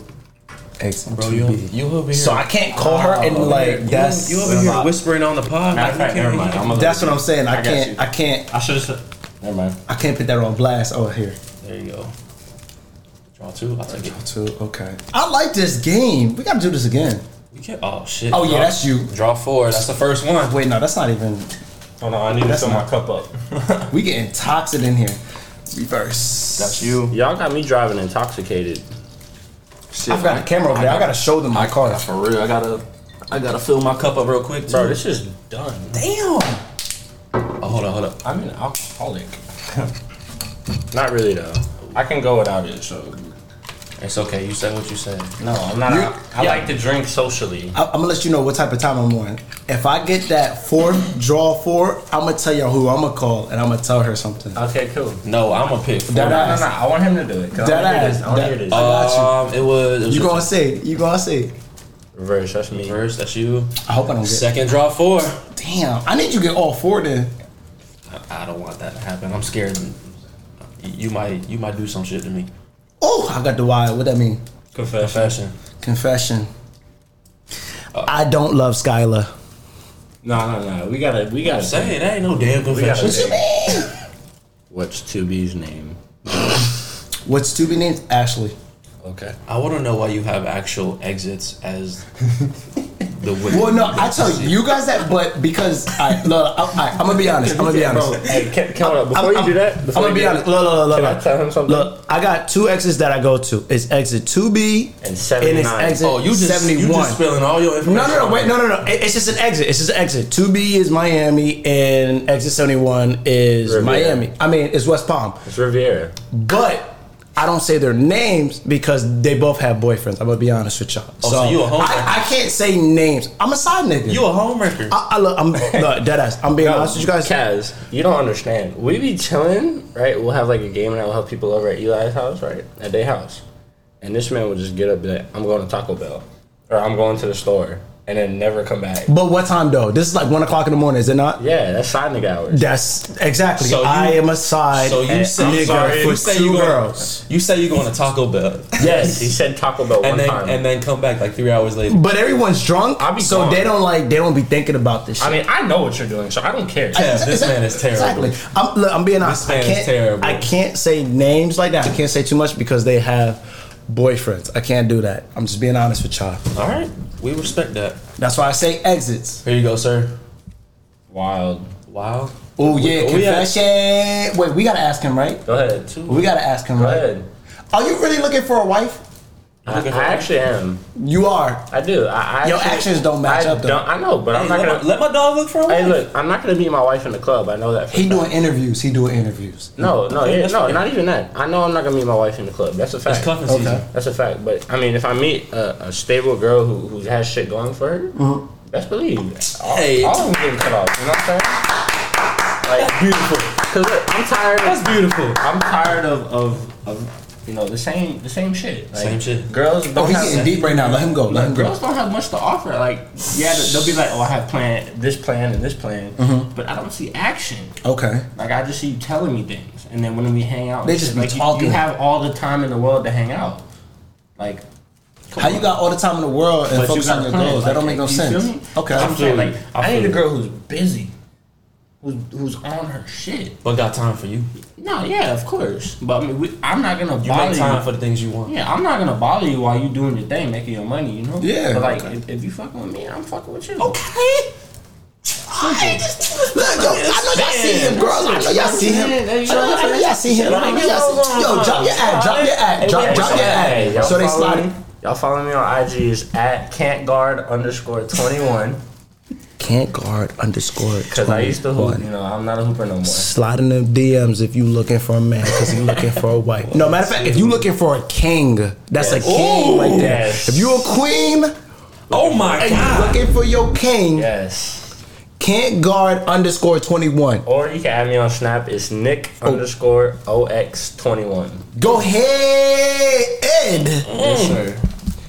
S3: Excellent.
S2: Bro, you you over here.
S3: So I can't call her and like that's
S2: you over here whispering on the pod.
S1: Matter of fact, never mind. I'm gonna
S3: that's what I'm saying. I,
S1: I got you.
S3: can't I can't
S1: I should have said. Never mind.
S3: I can't put that on blast. Oh here.
S2: There you go. Draw two. I'll take it.
S3: Two. Okay. I like this game. We gotta do this again.
S2: You can't. Oh shit.
S3: Oh, yeah,
S2: Draw-
S3: that's you.
S2: Draw four. That's the first one.
S3: Wait, no, that's not even.
S4: Oh,
S1: Hold on, I need
S3: That's
S1: to fill
S3: not-
S1: my cup up.
S3: We getting toxic in here. Reverse.
S7: That's you.
S4: Y'all got me driving intoxicated.
S7: Shit,
S3: I've got a camera over there. I gotta show them my car.
S7: For real, I gotta, I gotta fill my cup up real quick,
S4: Bro,
S7: bro.
S4: this is done.
S2: Damn. Oh, hold on, hold up.
S1: I'm an alcoholic.
S4: Not really though.
S1: I can go without it, so
S2: It's okay. You said what you said.
S4: No, I'm not.
S3: You-
S4: I like to drink socially.
S3: I- I'm gonna let you know what type of time I'm on. If I get that fourth draw four, I'm gonna tell y'all who I'm gonna call and I'm gonna tell her something.
S4: Okay, cool.
S2: No, I'm a pick. four.
S3: Dead
S4: No, no,
S3: ass.
S4: no. I want him to do it. 'cause I
S3: Dead
S4: wanna hear
S3: ass.
S4: this, I want to
S3: Dead-
S4: hear this.
S3: Uh, got
S2: Um, it was. It was
S3: You gonna say it. You gonna say it.
S4: Reverse. That's me.
S2: first? That's you.
S3: I hope I don't get.
S2: Second draw four.
S3: Damn. I need you to get all four then.
S2: I, I don't want that to happen. I'm scared. You might. You might do some shit to me.
S3: Oh, I got the wire. What that mean?
S4: Confession.
S2: Fashion.
S3: Confession. I don't love Skylar.
S4: No, no, no. We gotta. We gotta
S2: Say that ain't no damn confession.
S4: What you mean? What's 2B's name?
S3: What's to be named? Ashley.
S4: Okay.
S2: I want to know why you have actual exits as
S4: [LAUGHS]
S2: the witness.
S3: Well, no, I tell you, you guys that, but because I look, I, am gonna be honest. I'm gonna be honest.
S4: Hey, can, can, hold up. Before
S3: I'm-
S4: you
S3: I'm-
S4: do that,
S3: I'm
S4: before
S3: gonna
S4: you
S3: be
S4: do
S3: honest.
S4: that,
S3: Look, look, look,
S4: Can
S3: look.
S4: I tell him something?
S3: Look, I got two exits that I go to. It's exit two B
S4: And 79.
S3: And it's exit
S2: Oh, you just
S3: seventy
S2: you
S3: one.
S2: just spilling all your
S3: No,
S2: information.
S3: no, no, wait, no, no, no. It- It's just an exit. It's just an exit. Two B is Miami, and exit seventy one is
S4: Riviera.
S3: Miami. I mean, it's West Palm.
S4: It's Riviera.
S3: But I don't say their names because they both have boyfriends. I'm gonna be honest with y'all.
S2: Oh, so you a homewrecker.
S3: I, I can't say names. I'm a side nigga.
S2: You a homewrecker.
S3: I, I
S4: [LAUGHS]
S3: look, I'm look, dead ass. I'm being honest with you guys.
S4: Kaz, you don't understand. We be chilling, right? We'll have like a game night. We'll have people over at Eli's house, right? At their house. And this man will just get up and be like, I'm going to Taco Bell. Or I'm going to the store. And then never come back.
S3: But what time though? This is like one o'clock in the morning, is it not?
S4: Yeah, that's side nigga hours.
S3: That's exactly.
S2: So you-
S3: I am a side
S2: so you
S3: and
S2: say,
S3: nigga
S2: I'm sorry,
S3: for
S2: you say
S3: two
S2: you going,
S3: girls.
S2: You say you going to Taco Bell.
S4: Yes, he said Taco Bell one
S2: and then
S4: time.
S2: and then come back like three hours later.
S3: But everyone's drunk,
S4: I be
S3: so
S4: gone.
S3: they don't like they don't be thinking about this shit.
S4: I mean, I know what you're doing, so I don't care.
S2: Yeah, this man is terrible.
S3: Exactly. I'm, look, I'm being honest. I
S2: man is
S3: can't,
S2: terrible.
S3: I can't say names like that. I can't say too much because they have boyfriends. I can't do that. I'm just being honest with y'all.
S2: All right, we respect that.
S3: That's why I say exits.
S2: Here you go, sir.
S1: wild.
S2: Wow.
S3: Oh yeah,
S2: we- we at-
S3: confession. Wait, we gotta ask him, right?
S4: Go ahead. Two.
S3: We gotta ask him,
S4: Go
S3: right?
S4: ahead.
S3: Are you really looking for a wife?
S4: I, I actually am.
S3: You are.
S4: I do. I, I
S3: Your
S4: actually-
S3: actions don't match
S4: I
S3: up, though.
S4: Don't, I know, but
S2: Hey,
S4: I'm not
S2: let,
S4: gonna.
S2: my, let my dog look for a
S4: hey,
S2: wife.
S4: look, I'm not gonna meet my wife in the club. I know that. For a
S3: He
S4: fact.
S3: doing interviews. He doing interviews.
S4: No, no, yeah,
S2: that's
S4: no,
S2: fine.
S4: not even that. I know I'm not gonna meet my wife in the club. That's a fact.
S2: It's cuffing
S3: Okay.
S2: season.
S4: That's a fact. But I mean, if I meet a, a stable girl who, who has shit going for her, that's believed. All,
S2: Uh-huh. Hey.
S4: all of them getting cut off. You know what I'm saying? Like beautiful. Cause look, I'm tired.
S2: That's
S4: Of,
S2: beautiful.
S4: I'm tired of, of of you know the same the same shit. Like,
S2: Same shit.
S4: Girls don't
S3: Oh, he's
S4: have
S3: getting deep right now. Let him go. Let him go.
S4: Girls don't have much to offer. Like, yeah, they'll be like, "Oh, I have plan, this plan, and this plan," but I don't see action.
S3: Okay.
S4: Like I just see you telling me things, and then when we hang out,
S3: They
S4: it's
S3: just be
S4: like you-
S3: talking.
S4: You, have all the time in the world to hang out. Like,
S3: How you got all the time in the world and
S4: but
S3: focus
S4: got
S3: on your
S4: plans.
S3: goals? that
S4: Like,
S3: don't make no
S4: you
S3: sense.
S4: Feel me?
S3: Okay.
S4: I'm saying like I,
S2: Absolutely.
S4: need a
S2: Absolutely.
S4: girl who's busy, who's who's on her shit.
S2: But got time for you.
S4: No, yeah, of course, but I mean, we, I'm not gonna
S2: You
S4: bother
S2: make time
S4: you.
S2: for the things you want.
S4: yeah, I'm not gonna bother you while you doing your thing, making your money. You know.
S3: Yeah,
S4: But like,
S3: okay.
S4: if, if you fucking with me, I'm fucking with you.
S3: Okay. I just- Look, yo, I know y'all see him, girls. I know y'all see him. I know, I know y'all see him. I know y'all see Yo, drop your ad, drop your ad, drop, drop your
S4: Hey, y'all
S3: ad. So they
S4: follow
S3: slide.
S4: me? Y'all follow me on IG is at can'tguard underscore twenty one
S3: Can't guard underscore.
S4: because I used to hoop.
S3: 21.
S4: You know, I'm not a hooper no more.
S3: Slide in them DMs if you looking for a man, cause you looking for a wife. No matter of fact, if you looking for a king, that's a king right there.
S4: Yes.
S3: If you a queen and
S2: Oh my
S3: you
S2: god.
S3: looking for your king,
S4: Yes.
S3: can't guard underscore twenty one.
S4: Or you can add me on Snap. It's Nick
S1: Oh.
S4: underscore OX twenty one.
S3: Go ahead, Ed.
S4: Yes, sir.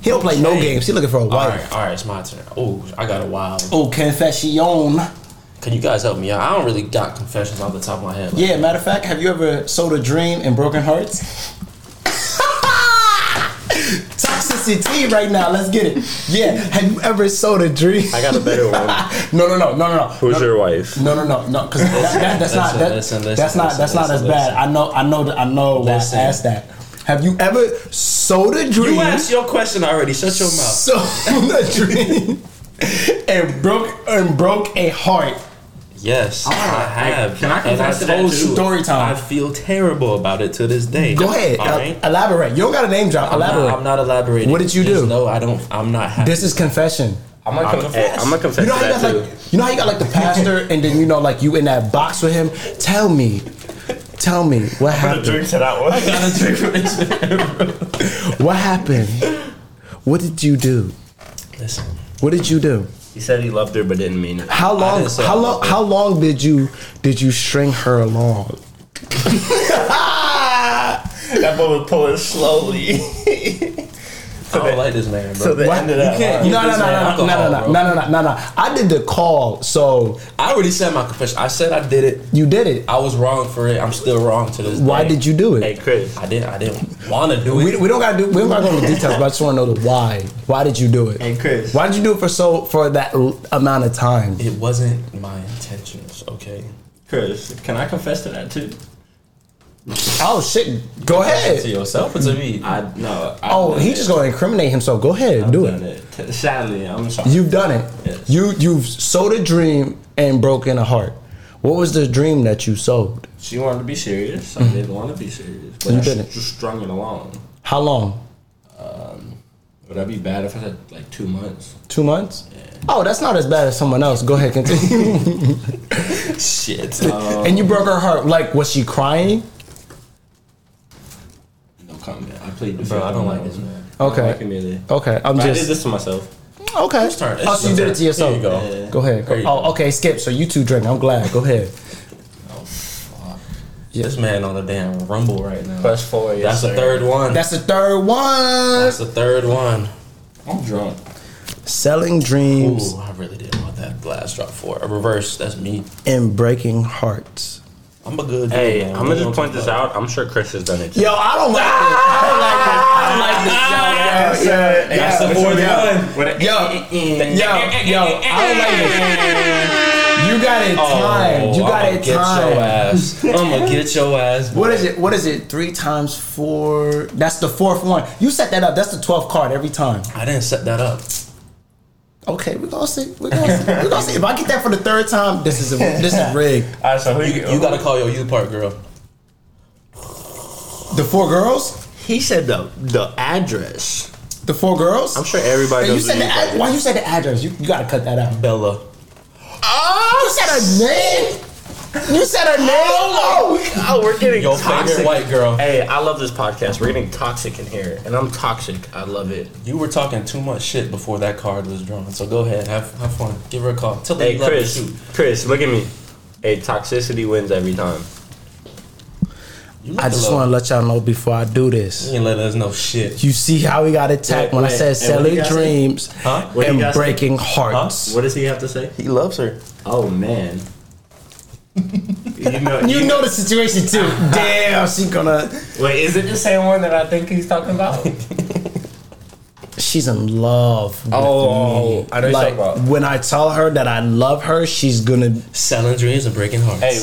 S3: He don't play no games. He looking for a
S2: All
S3: wife.
S2: right, all right, it's my turn. Oh, I got a wild. one.
S3: Oh, confession.
S2: Can you guys help me out? I don't really got confessions off the top of my head.
S3: Yeah, matter of fact, have you ever sold a dream and broken hearts? [LAUGHS] Toxicity right now. Let's get it. Yeah, have you ever sold a dream?
S4: I got a better one.
S3: [LAUGHS] no, no, no, no, no, no.
S4: Who's your wife?
S3: No, no, no, no. Because that, that, that's not
S2: listen,
S3: that,
S2: listen, listen,
S3: that's not that's
S2: listen,
S3: not as
S2: listen,
S3: bad. I know, I know, that I know. Why I
S2: Listen.
S3: asked that. Have you ever sold a dream?
S2: You asked your question already. Shut your mouth.
S3: sold a dream and broke and broke a heart.
S2: Yes, I have.
S7: can I
S2: And
S7: confess to that
S2: told
S7: too?
S2: you,
S3: Story time.
S2: I feel terrible about it to this day.
S3: Go ahead,
S2: All
S3: el-
S2: right?
S3: elaborate. You don't got a name drop.
S2: I'm
S3: Elaborate.
S2: not, I'm not elaborating.
S3: What did you
S2: Just
S3: do?
S2: No, I don't. I'm not happy.
S3: this is confession.
S4: I'm gonna
S2: I'll
S4: confess.
S2: confess.
S4: I'm gonna confess
S3: You know
S4: to
S3: how you got
S4: that too.
S3: like you know how you got like the
S4: [LAUGHS]
S3: pastor and then you know like you in that box with him. Tell me, tell me what happened.
S4: to that
S3: [LAUGHS]
S4: one.
S3: What happened? What did you do?
S2: Listen,
S3: What did you do?
S4: He said he loved her but didn't mean it.
S3: How long?
S2: didn't say
S3: How
S2: I
S3: long?
S2: loved her.
S3: How long did you did you string her
S4: [LAUGHS]
S3: along?
S4: [LAUGHS] That boy was
S1: [LAUGHS]
S4: pulling slowly.
S2: I don't like this man, bro.
S4: the
S3: What?
S4: end of that
S3: You can't-
S4: line.
S3: No, no, no, no, no,
S2: alcohol,
S3: no, no,
S2: bro.
S3: no, no, no, no. I did the call, so
S2: I already said my confession. I said I did it.
S3: you did it.
S2: I was wrong for it. I'm still wrong to this.
S3: Why
S2: day.
S3: did you do
S4: Hey
S3: it?
S4: Chris,
S2: I didn't. I didn't want to do it.
S3: We, we don't gotta do. We don't gotta go into details, but I just want to know the why. Why did you do it?
S4: Hey, Chris.
S3: Why did you do it for so for that l- amount of time?
S2: it wasn't my intentions. Okay.
S1: Chris, can I confess to that too?
S3: Oh shit! Go
S2: To
S3: ahead.
S2: yourself or to me?
S1: I no. I
S3: Oh, he just gonna incriminate himself. Go ahead, do it.
S1: Sadly, I'm sorry.
S3: You've done it.
S1: Yes.
S3: You you've sold a dream and broken a heart. What was the dream that you sold?
S1: she wanted to be serious.
S4: Mm-hmm.
S1: I didn't want to be serious, but
S3: You
S1: I
S3: didn't.
S1: just strung it along.
S3: How long?
S1: Would that be bad if I said like two months?
S3: Two months. Oh, that's not as bad as someone else. Go ahead, continue. [LAUGHS]
S2: Shit.
S3: and you broke her heart. Like, was she crying?
S1: No comment. I played the
S2: Bro, I don't like this man.
S3: Okay.
S1: I don't like him either.
S3: Okay, I'm
S1: But I did
S3: just
S1: this to myself.
S3: okay.
S2: turn. It's
S3: Oh, so you did
S2: your
S3: it
S2: turn.
S3: to yourself.
S2: Here you go.
S3: Go ahead.
S2: There you
S3: oh, okay. Skip. So you two drink. I'm glad. Go ahead.
S2: This man on a damn rumble right now.
S4: press forward. Yes,
S2: That's the
S4: sir.
S2: third one.
S3: That's the third one.
S2: That's the third one.
S1: I'm drunk.
S3: Selling dreams
S2: Ooh, I really didn't want that glass drop for a reverse. That's me.
S3: and breaking hearts.
S2: I'm a good.
S4: Hey,
S2: dude, man.
S4: I'm
S2: We
S4: gonna just
S2: don't
S4: point
S2: talk
S4: this
S2: about
S4: out. I'm sure Chris has done it.
S3: Yo, I don't like this. I don't like this. Yo, yo, yo,
S2: That's the fourth one.
S3: Yo, yo, yo, I don't like this. You got it timed. You got
S2: Oh, I'ma
S3: it
S2: get your
S3: timed.
S2: ass. I'm gonna get your ass.
S3: What is it? What is it? Three times four. That's the fourth one. You set that up. That's the twelfth card every time.
S2: I didn't set that up.
S3: Okay, we're gonna see. We're gonna see. We're gonna see. If I get that for the third time, this is a, this is rigged.
S4: Alright, so who
S2: You gotta call your U part girl.
S3: The four girls.
S4: He said the the address.
S3: The four girls.
S4: I'm sure everybody
S3: Hey, you
S4: knows.
S3: said the ad- why you said the address? You, you gotta cut that out. Ah,
S2: Bella.
S3: You said her name. You said her name. Oh,
S4: [LAUGHS] Oh, we're getting
S2: Your
S4: toxic.
S2: favorite white girl.
S4: Hey, I love this podcast. We're getting toxic in here, and I'm toxic. I love it.
S2: You were talking too much shit before that card was drawn. So go ahead, have have fun. Give her a call. Tell her
S4: Hey,
S2: you love her
S4: Chris.
S2: too.
S4: Chris, look at me. Hey, toxicity wins every time.
S2: You
S3: I just want to let y'all know before I do this.
S2: You ain't letting us know shit.
S3: You see how we got attacked
S4: Wait,
S3: when I
S4: wait,
S3: said
S4: and what
S3: selling
S4: you guys say?
S3: dreams
S2: Huh?
S4: What you
S3: and
S4: guys say?
S3: breaking hearts.
S4: What does he have to say?
S2: He loves her.
S4: Oh man. [LAUGHS] you know.
S3: You know the situation too. [LAUGHS] Damn, she gonna.
S4: Wait, is it the same one that I think he's talking about?
S3: She's in love. With
S4: Oh,
S3: me.
S4: I know you're
S3: like
S4: talking about.
S3: when I tell her that I love her, she's gonna.
S2: Selling dreams and breaking hearts.
S4: hey,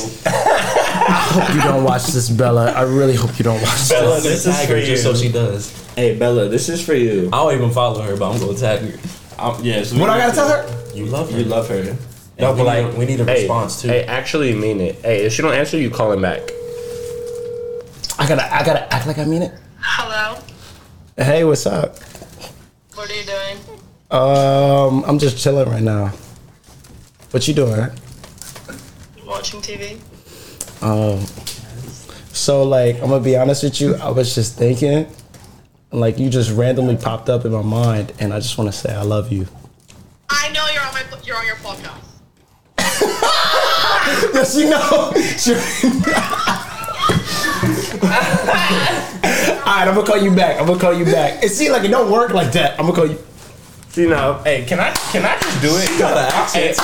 S3: Hope you don't watch this, Bella. I really hope you don't watch
S4: Bella,
S3: this.
S4: this is for you.
S2: Just so she does.
S4: [LAUGHS] hey, Bella, this is for you.
S2: I don't even follow her, but I'm gonna tag her.
S1: I'm, yeah. So we
S3: What I gotta
S1: need
S3: tell
S1: to-
S3: her?
S2: You love her.
S1: You love her.
S2: No, but
S4: we
S2: like
S4: need-
S2: we need a
S4: Hey,
S2: response too.
S4: Hey, actually mean it. Hey, if she don't answer, you call him back.
S3: I gotta. I gotta act like I mean it.
S5: Hello.
S3: Hey, what's up?
S5: What are you doing?
S3: Um, I'm just chilling right now. What you doing?
S5: Watching TV.
S3: Um, so like, I'm gonna be honest with you. I was just thinking, like, you just randomly popped up in my mind, and I just want to say I love you. [LAUGHS]
S5: I know you're on my you're on your podcast.
S3: Yes, you know. [LAUGHS] Sure. All right, I'm gonna call you back. I'm gonna call you back. It seems like it don't work like that. I'm gonna call you.
S4: You know. Hey, can I can I just do it?
S1: Hey,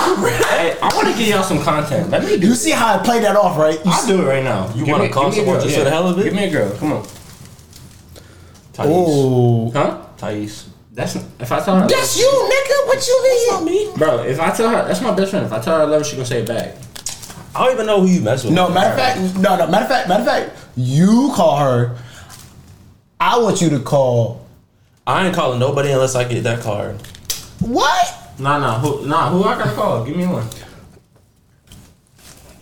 S1: hey, I want to give y'all some content. Let me do.
S3: [LAUGHS] You see how I played that off, right? You
S1: I'll do it right now. You
S2: Give
S1: want
S2: me-
S1: to call
S2: give me a
S1: someone
S2: girl.
S1: just for
S2: Yeah.
S1: the hell of it? Give me a girl. Come on. Thais.
S3: oh,
S1: Huh? Thais. That's if I tell her.
S3: that's you, nigga. What you mean?
S1: Bro, if I tell her, that's my best friend. If I tell her I love her, she gonna say it back.
S2: I don't even know who you mess with.
S3: No, matter of fact, no, no. Matter of fact, matter of fact, you call her. I want you to call.
S8: I ain't calling nobody unless I get that card.
S3: What?
S4: Nah, nah, who, nah, who I gotta call? Give me one.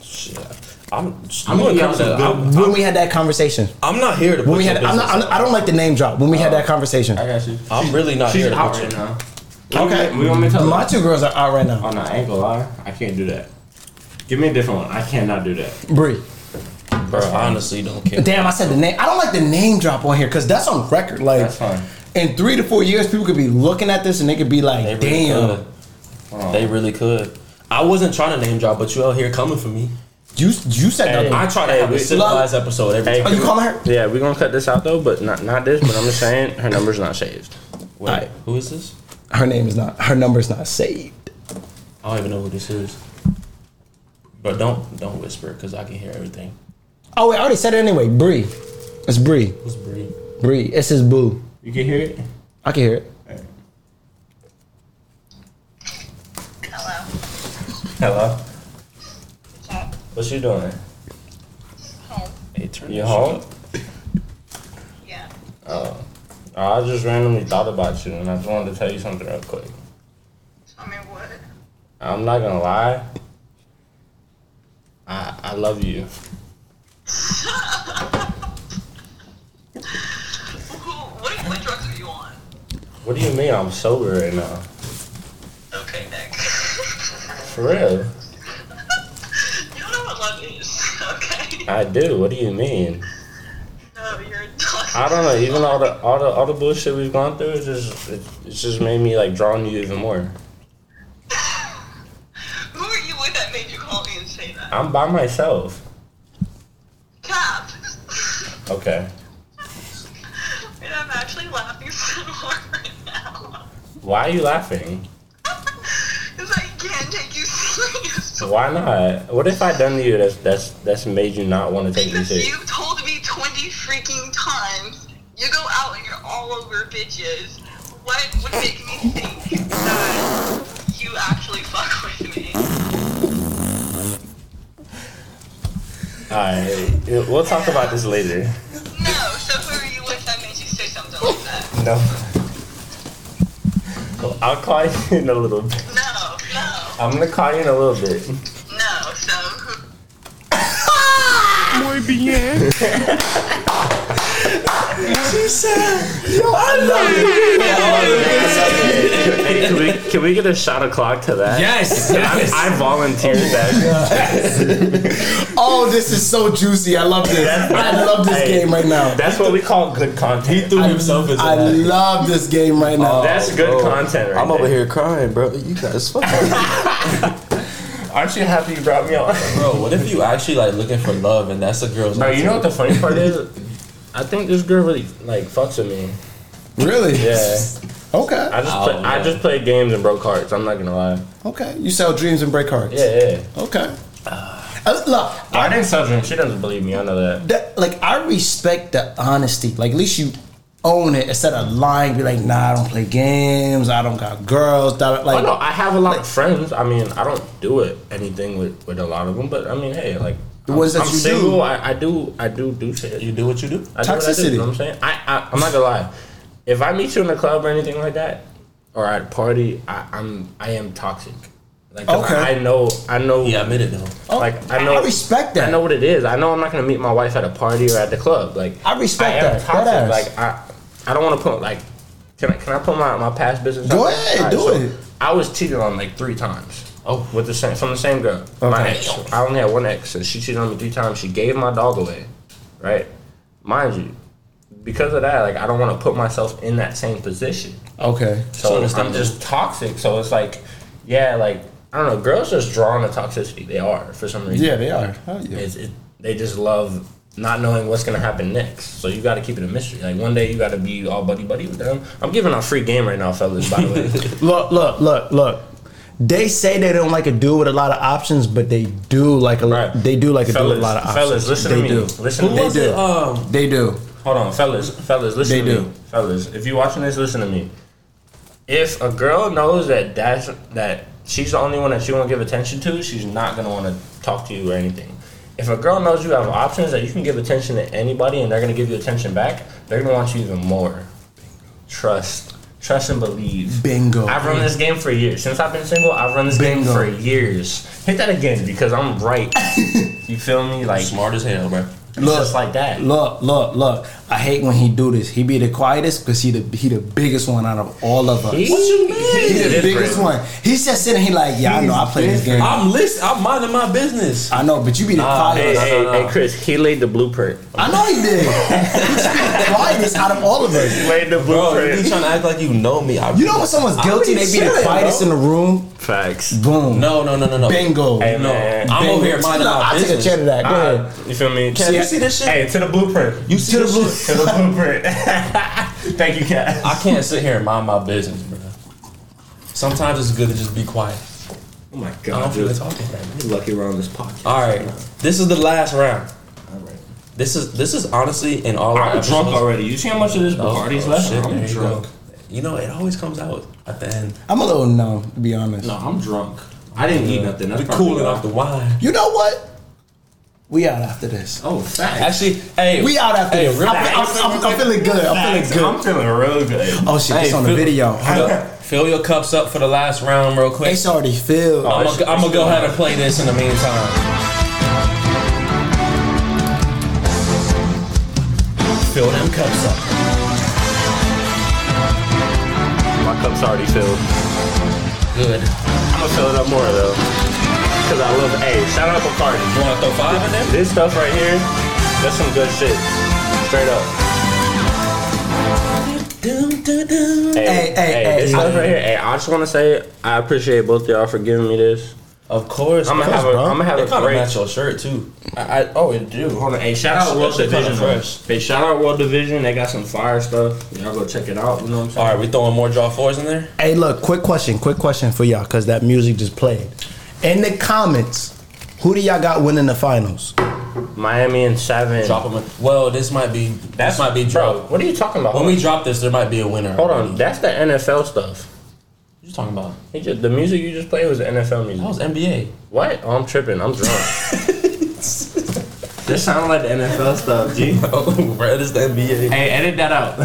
S8: Shit. I'm, I'm,
S4: I'm gonna
S8: gonna
S4: be
S8: come
S4: honest
S8: to,
S4: with you.
S1: uh,
S8: I'm,
S3: When we had that conversation.
S8: I'm not here to put
S3: When we
S8: your
S3: had, I'm not,
S8: business out.
S3: I'm, I don't like the name drop. When we had that conversation.
S4: I got you.
S2: Oh,
S8: I'm really not
S4: She's
S8: here to
S4: out
S8: put
S4: right
S8: your
S4: now.
S3: Okay.
S4: We want me to tell
S3: My
S4: her?
S3: two girls are out right now.
S4: Oh, no, I ain't gonna lie. I can't do that. Give me a different one. I cannot do that.
S3: Bree.
S8: Bro, I honestly don't care.
S3: Damn, I said the name. I don't like the name drop on here because that's on record. Like,
S4: That's fine.
S3: in three to four years, people could be looking at this and they could be like,
S8: They really
S3: "Damn,
S8: could.
S1: Oh.
S8: They really could. I wasn't trying to name drop, but you out here coming for me.
S3: you you said nothing."
S8: I try to
S2: Hey,
S8: have a
S2: we-
S8: civilized episode every
S2: Hey,
S8: time.
S3: Are Oh, you calling her?
S2: Yeah, we're gonna cut this out though, but not not this, but I'm just saying her number's not saved.
S8: Wait,
S3: Alright.
S8: who is this?
S3: Her name is not. Her number's not saved.
S8: I don't even know who this is. But don't don't whisper because I can hear everything.
S3: Oh wait, I already said it anyway. Bree, it's Bree.
S8: Who's Bree?
S3: Bree, it's his boo.
S4: You can hear it?
S3: I can hear it.
S5: Hello.
S2: Hello.
S5: What's up?
S2: What you doing?
S5: Home.
S8: Hey, turn
S2: You
S8: that
S2: home?
S8: shit up.
S5: Yeah.
S2: I just randomly thought about you, and I just wanted to tell you something real quick.
S5: I mean, what?
S2: I'm not gonna lie. I I love you.
S5: Who- What, what drugs are you on?
S2: What do you mean I'm sober right now?
S5: Okay, Nick.
S2: For real?
S5: [LAUGHS] you don't know what love is, okay?
S2: I do. What do you mean?
S5: No, you're not.
S2: I don't know. Even all the all the all the bullshit we've gone through, it's just it, it's just made me like drawn to you even more.
S5: Who are you with that made you call me and say that?
S2: I'm by myself.
S5: Cap. [LAUGHS]
S2: Okay.
S5: and I'm actually laughing so hard right now.
S2: Why are you laughing?
S5: Because I can't take you serious.
S2: Why not? What if I done to you that's that's that's made you not want to [LAUGHS] take me
S5: Because [LAUGHS]
S2: serious?
S5: you've told me 20 freaking times. You go out and you're all over bitches. What would make me think that you actually fuck with me?
S2: Alright, we'll talk about this later.
S5: No, so who are you with that made you say something like that?
S2: No. I'll call you [LAUGHS] in a little bit.
S5: No, no,
S2: I'm gonna call you in a little bit.
S5: no, so who?
S2: [LAUGHS] Hey, can we can we get a shot o'clock to that?
S8: Yes,
S2: I
S4: [LAUGHS]
S2: volunteered that.
S3: Oh, this is so juicy. I love this. I love this
S2: Hey.
S3: game right now.
S2: That's what we call good content.
S8: threw
S3: I love this game right now.
S2: Oh, That's good content right
S7: I'm over
S2: there.
S7: here crying, bro. You guys fucking.
S2: Aren't you happy you brought me on?
S8: Bro, what if you actually like looking for love and that's a girl's
S2: Bro, you know what the funny part is? I think this girl really like fucks with me.
S3: really?
S2: Yeah.
S3: Okay.
S2: I just
S8: Oh,
S2: play, I
S8: man.
S2: just play games and broke hearts. I'm not gonna lie.
S3: Okay. You sell dreams and break hearts.
S2: Yeah, yeah.
S3: Okay. Uh, look,
S2: I didn't sell dreams. She doesn't believe me. I know that.
S3: that like I respect the honesty. Like at least you own it instead of lying. Be like, nah, I don't play games. I don't got girls. Da, da,
S2: Oh
S3: like,
S2: no, I have a lot of friends. I mean, I don't do it anything with, with a lot of them, but I mean, hey, like
S3: The ones that
S2: I'm
S3: you do.
S2: single. I, I do I do do shit.
S8: You do what you do.
S2: I do what I do, you
S3: Toxicity.
S2: know what I'm saying? I, I I'm not gonna lie. If I meet you in a club or anything like that, or at a party, I, I'm I am toxic. Like 'cause
S3: Okay.
S2: I, I know I know
S8: He admitted though.
S3: Oh,
S2: like I know
S3: I respect that.
S2: I know what it is. I know I'm not gonna meet my wife at a party or at the club. Like
S3: I respect
S2: am
S3: that. That ass.
S2: Like I, I don't want to put like. Can I, can I put my, my past business?
S3: Go
S2: out?
S3: ahead,
S2: Alright,
S3: do
S2: so
S3: it.
S2: I was cheated on like three times.
S8: Oh.
S2: with the same from the same girl. My
S3: Okay.
S2: ex. I only had one ex, and she cheated on me three times. She gave my dog away, right? Mind you, because of that, like I don't want to put myself in that same position.
S3: okay.
S2: So
S8: It's
S2: I'm
S8: understandable.
S2: just toxic. So it's like, yeah, like I don't know. Girls just drawn to toxicity. They are for some reason.
S3: Yeah, they are. Hell yeah.
S2: It's, it, they just love not knowing what's gonna happen next. So you gotta keep it a mystery. Like one day you gotta be all buddy buddy with them. I'm giving out free game right now, fellas. By
S3: [LAUGHS]
S2: the way,
S3: Look, look, look, look. They say they don't like a dude with a lot of options, but they do like a lot.
S2: Right.
S3: They do like a dude
S2: fellas,
S3: with a lot of options.
S2: fellas, listen
S3: they
S2: to me.
S3: do.
S2: Listen
S8: Who
S2: to me.
S8: was it? Um,
S3: They do.
S2: Hold on, fellas, fellas, listen
S3: They
S2: to
S3: do.
S2: me, fellas. If you're watching this, listen to me. If a girl knows that that's that she's the only one that she won't give attention to, she's not gonna want to talk to you or anything. If a girl knows you have options that you can give attention to anybody and they're gonna give you attention back,
S4: They're gonna want you even more. Trust, trust and believe.
S3: Bingo.
S4: I've run this game for years. Since I've been single, I've run this
S3: Bingo.
S4: game for years. Hit that again because I'm right. you feel me? Like
S1: Smart as hell, bro.
S4: it's just like that.
S3: Look, look, look. I hate when he do this. He be the quietest because he the he the biggest one out of all of us.
S4: He-
S3: He's
S4: he's
S3: the
S4: different.
S3: biggest one. He's just sitting here like, yeah, I know, I play this game.
S2: I'm list. I'm minding my business.
S3: I know, but you be the
S4: Hey,
S3: quietest.
S4: hey, hey, Chris, he laid the blueprint.
S3: I know he did. [LAUGHS] He's the quietest out of all of us.
S4: Laid the
S2: Bro, you be trying to act like you know me. I
S3: You know when someone's guilty, they be the quietest in the room.
S4: Facts.
S3: Boom.
S2: No, no, no, no, no.
S3: Bingo.
S4: Hey,
S2: No,
S4: man.
S2: I'm over here minding
S3: Look,
S2: my
S3: I take a
S2: business.
S3: chat of that. Go ahead.
S4: You feel me?
S2: Cat, you see this shit?
S4: Hey, to the blueprint.
S2: you see
S3: to the
S2: this
S3: blue-
S2: shit?
S4: To the blueprint. [LAUGHS] Thank you, Cat.
S2: I can't sit here and mind my business, bro. Sometimes it's good to just be quiet.
S1: Oh my
S2: I don't
S1: god,
S2: feel
S1: dude.
S2: like talking right now.
S1: You're lucky we're on this podcast.
S2: All right, this is the last round.
S1: All right.
S2: This is this is honestly in all. our
S1: I'm drunk
S2: episodes-
S1: already. You see how much of this
S2: Oh,
S1: Bacardi's
S2: oh,
S1: left?
S2: shit, there
S1: I'm
S2: you
S1: drunk.
S2: go. You know, it always comes out at the end.
S3: I'm a little numb, to be honest.
S1: No, I'm drunk. I didn't eat nothing. That's
S2: We
S1: probably
S2: cooling
S1: why.
S2: off the wine.
S3: You know what? We out after this.
S1: Oh, facts.
S2: Actually, hey,
S3: We out after
S2: Hey,
S3: this.
S2: real-
S3: I'm, I'm- I'm- I'm feeling good. I'm feeling good.
S1: I'm feeling real good.
S3: Oh shit, it's on the
S2: fill-
S3: video.
S2: Fill, fill your cups up for the last round, real quick.
S3: It's already filled.
S2: I'm
S1: it's- it's
S2: gonna go
S1: still
S2: ahead and play this in the meantime. Fill them cups up.
S4: My cup's already filled.
S2: Good.
S4: I'm gonna fill it up more though. Cause I love hey, shout out Bacardi.
S2: You wanna throw five in there?
S4: This stuff right here, that's some good shit. Straight up.
S2: Dum, dum, dum.
S4: Hey,
S3: Hey, hey, hey,
S4: this stuff right here. Hey, I just wanna say I appreciate both y'all for giving me this.
S2: Of course.
S4: I'm gonna have a I'm gonna have a
S2: It kind of match
S4: great
S2: your shirt too. I, I oh it do.
S4: Hold on, hey, shout out World
S2: That shit kinda
S4: Division.
S2: fresh.
S4: Hey, shout out World Division. They got some fire stuff. Y'all go check it out. You know what I'm
S2: All
S4: saying?
S2: right, we throwing more draw fours in there.
S3: Hey, look, quick question, quick question for y'all, cause that music just played. In the comments, who do y'all got winning the finals?
S4: Miami and seven.
S2: Drop them. Well, this might be this might be
S4: bro.
S2: drop.
S4: What are you talking about?
S2: When we drop this, there might be a winner.
S4: Hold on, that's the NFL stuff.
S2: What you talking about?
S4: He just, the music you just played was NFL music.
S2: That was NBA.
S4: What? Oh, I'm tripping. I'm drunk. [LAUGHS]
S2: [LAUGHS]
S4: this sounds like the NFL stuff, G.
S2: Oh, [LAUGHS] bro, this is the NBA.
S4: Hey, edit that out.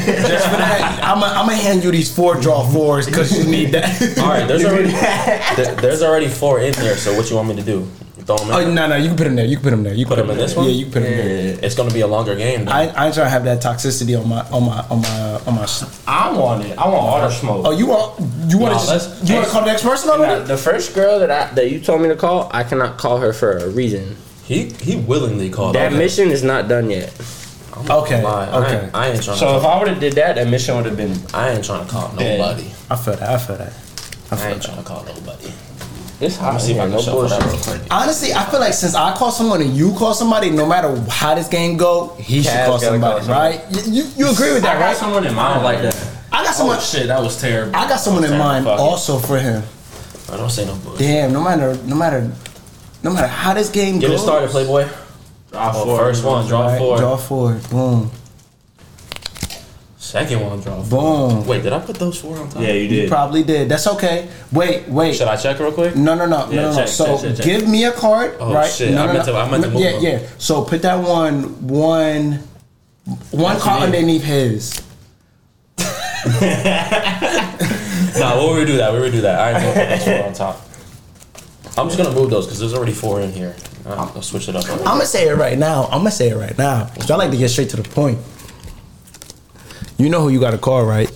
S3: [LAUGHS] I'm gonna hand you these four draw fours, cause you need
S2: [LAUGHS]
S3: that.
S2: All right, there's already there- there's already four in there. So what you want me to do? Throw them in.
S3: oh no, no, you can put them there. You can put them there. You can
S2: Put 'em in this one?
S3: Yeah, you can put them there.
S2: It's gonna be a longer game. Though.
S3: I, I ain't trying to have that toxicity on my on my on my on my. sh-
S4: I want it. I want all the smoke.
S3: Oh, you want you want
S2: Nah,
S3: to
S2: let's-
S3: just you want to call the next person
S4: Now,
S3: already?
S4: the first girl that I that you told me to call, I cannot call her for a reason.
S2: he he willingly called.
S4: That
S2: out.
S4: mission is not done yet.
S3: Okay,
S2: Lie. I
S3: okay.
S2: ain't, I ain't trying.
S4: So
S2: to
S4: if I would have did that, that mission would have been.
S2: I ain't trying to call nobody.
S3: I feel that. I feel that.
S2: I ain't trying to call nobody.
S4: It's
S2: Let me
S4: hot.
S2: see if
S4: here,
S2: I can
S4: No
S2: shuffle that
S4: bullshit.
S2: real quick.
S3: Honestly, I feel like since I call someone and you call somebody, no matter how this game go, he should
S4: Cavs
S3: call
S4: gotta
S3: somebody,
S4: call somebody.
S3: right? You, you you agree with that, right?
S4: someone in
S2: I don't like that. Oh,
S3: I got someone.
S2: shit, that was terrible.
S3: I got someone in mind
S4: Fuck it.
S3: also for him.
S2: I don't say no bullshit.
S3: Damn, no matter no matter no matter how this game
S2: Get it
S3: goes.
S2: started, Playboy.
S4: Draw
S2: Oh, first one, draw
S3: Right,
S2: four.
S3: Draw four. Boom.
S2: Second one, draw four.
S3: Boom.
S2: Wait, did I put those four on top?
S4: Yeah, you
S3: You
S4: did.
S3: probably did. That's okay. Wait, wait.
S2: Should I check real quick?
S3: No, no, no, no,
S4: Yeah,
S3: no, no.
S4: check,
S3: So
S4: check, check, check.
S3: give me a card,
S2: Oh,
S3: right?
S2: shit,
S3: No,
S2: I
S3: no,
S2: meant
S3: no.
S2: to- I meant to move
S3: yeah,
S2: them.
S3: yeah. So put that one, one, one card
S2: you mean.
S3: underneath his.
S2: Nah, we'll redo that. We'll redo that. I ain't gonna put those four on top. I'm just gonna move those because there's already four in here. I'll, I'll switch it up.
S3: I'm gonna say it right now. I'm gonna say it right now. 'Cause I like to get straight to the point. You know who you got a call, right?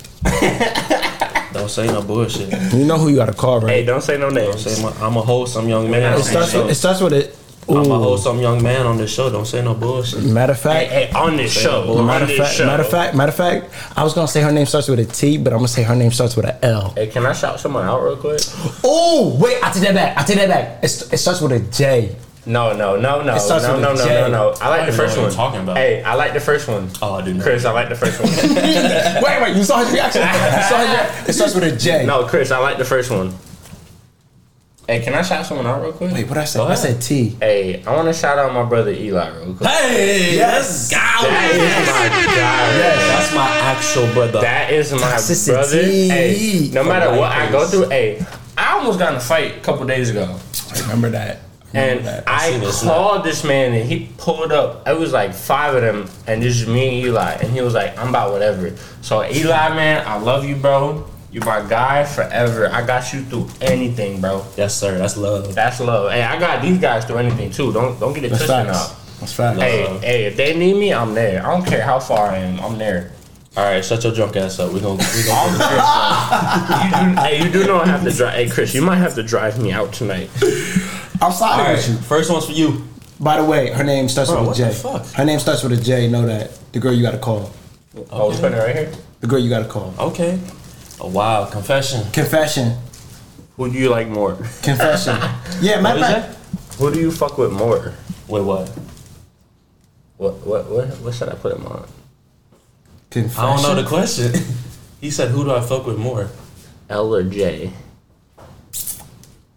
S2: Don't say no bullshit. Don't
S3: You know who you got a call,
S4: Hey,
S3: right?
S4: don't say no names.
S2: say my, I'm a whole some young man.
S4: It
S2: on
S3: it
S2: this
S3: starts.
S2: show.
S3: With, it starts with it.
S2: I'm a
S3: Ooh.
S2: whole some young man on this show. Don't say no bullshit.
S3: Matter of
S4: Hey,
S3: fact.
S4: hey, on this show.
S2: boy.
S4: on
S3: Matter of
S4: this
S3: fact,
S4: show.
S3: matter of fact, matter of fact, I was gonna say her name starts with a T, but I'm gonna say her name starts with a L.
S4: Hey, can I shout someone out real quick?
S3: Oh, wait, I take that back. I take that back. It, st- it starts with a J.
S4: No, no, no, no,
S3: It
S4: no,
S3: starts
S4: no,
S3: with
S4: no,
S3: a J.
S4: no, no. I like the
S2: I don't even
S4: first
S2: know what
S4: one.
S2: you're talking about.
S4: Hey, I like the first one.
S2: Oh, I do know.
S4: Chris, I like the first [LAUGHS] one.
S3: wait, wait, you saw his
S4: [LAUGHS]
S3: reaction. You saw his reaction. It starts with a J.
S4: no, Chris, I like the first one. Hey, can I shout someone out real quick?
S3: Wait, what I said? I said T.
S4: Hey, I want to shout out my brother Eli real quick.
S2: Hey, yes,
S4: That is my guy.
S2: that's my actual brother.
S4: That is my
S3: Toxicity.
S4: brother. Hey, no
S2: From
S4: matter what
S2: Lakers.
S4: I go through, hey, I almost got in a fight a couple days ago.
S3: I remember that. I
S4: And I, called this man and he pulled up. It was like five of them and this is me and Eli. And he was like, I'm about whatever. So Eli, man, I love you, bro. You my guy forever. I got you through anything, bro.
S2: Yes, sir. That's love.
S4: That's love. Hey, I got these guys through anything too. Don't don't get it twisted up.
S7: That's facts.
S4: Hey, hey, if they need me, I'm there. I don't care how far I am, I'm there.
S2: All right, shut your drunk ass up. We gonna we
S4: I'm
S2: gonna.
S4: there. you do, hey, you do know I have to drive. Hey, Chris, you might have to drive me out tonight.
S3: I'm sorry
S2: All right,
S3: with you.
S2: first one's for you.
S3: By the way, her name starts
S2: Bro,
S3: with a
S2: what
S3: J.
S2: the fuck?
S3: Her name starts with a J. Know that the girl you gotta call.
S4: Oh, we're putting it right here.
S3: The girl you gotta call.
S2: Okay. Oh, wow, confession.
S3: Confession.
S4: Who do you like more?
S2: [LAUGHS]
S3: Confession. yeah,
S2: What
S3: matter
S2: is
S3: of fact.
S2: that?
S4: Who do you fuck with more?
S2: Wait, what?
S4: What what what, what should I put him on?
S3: Confession.
S2: I don't know the question. [LAUGHS] he said, "Who do I fuck with more?"
S4: L or J?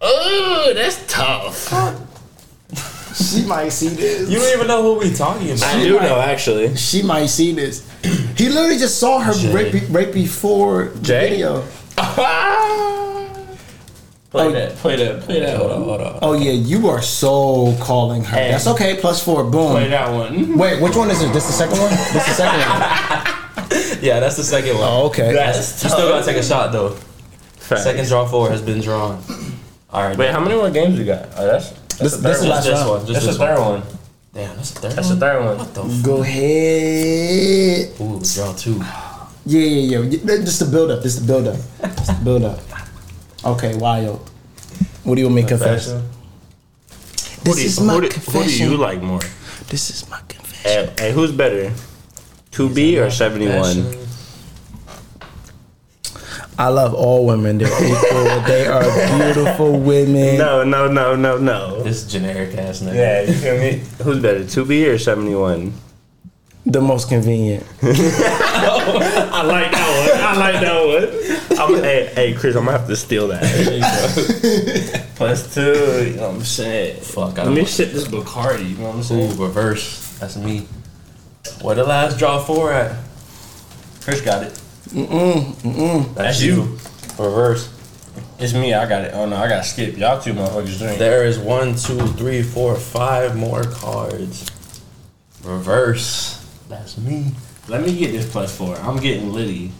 S4: Oh, that's tough.
S3: She might see this.
S2: You don't even know who we talking about.
S4: I do know
S3: [LAUGHS]
S4: actually.
S3: She might see this. He literally just saw her
S2: J.
S3: right, be- right before the
S4: J?
S3: video.
S4: [LAUGHS] Play that, play that, play that.
S2: Oh. Hold on, hold on.
S3: Oh yeah, you are so calling her. That's okay. Plus four. Boom.
S4: Play that one.
S3: Wait, which one is it? This the second one? This the second
S4: [LAUGHS]
S3: one.
S2: Yeah, that's the second one.
S3: Oh, okay.
S4: That's
S2: You
S4: tough.
S2: still gotta take a shot though. Second draw forward has been drawn. All right.
S4: Wait, how many more games we got? Oh, that's that's
S3: This-
S4: the
S3: this
S4: third
S3: is
S4: one.
S3: last
S2: Just this
S3: round.
S2: one. Just
S4: That's the
S2: this one.
S4: third one.
S2: Damn, that's the third
S4: That's the
S2: one.
S4: third one.
S2: What the f-
S3: Go ahead.
S2: Ooh, draw two.
S3: Yeah, yeah, yeah. Th- Just the build up. Just the build up. Just the build up. Okay, wild. What do you want me to confess?
S4: Who
S3: This
S4: do you-
S3: is my
S4: who do- Who do
S3: confession.
S4: you like more?
S3: This is my confession.
S4: Hey, hey, who's better, two B or seventy one?
S3: I love all women. They're equal. they are beautiful women.
S4: No, no, no, no, no.
S2: This generic ass nigga.
S4: Yeah, you feel me? Who's better, two B or seventy one?
S3: The most convenient.
S4: I like that one. I like that one. I'm, hey, hey, Chris, I'm gonna have to steal that. Plus two, you know what I'm saying?
S2: Fuck. I
S4: Let
S2: don't
S4: me
S2: want-
S4: shit this Bacardi, you know what I'm
S2: Ooh,
S4: saying?
S2: reverse. That's me. Where the last draw four at?
S1: Chris got it.
S2: That's you. Reverse.
S1: It's me. I got it. Oh no, I got to skip. Y'all two motherfuckers drink.
S2: There is one, two, three, four, five more cards. Reverse. That's me.
S1: Let me get this plus four. I'm getting Liddy.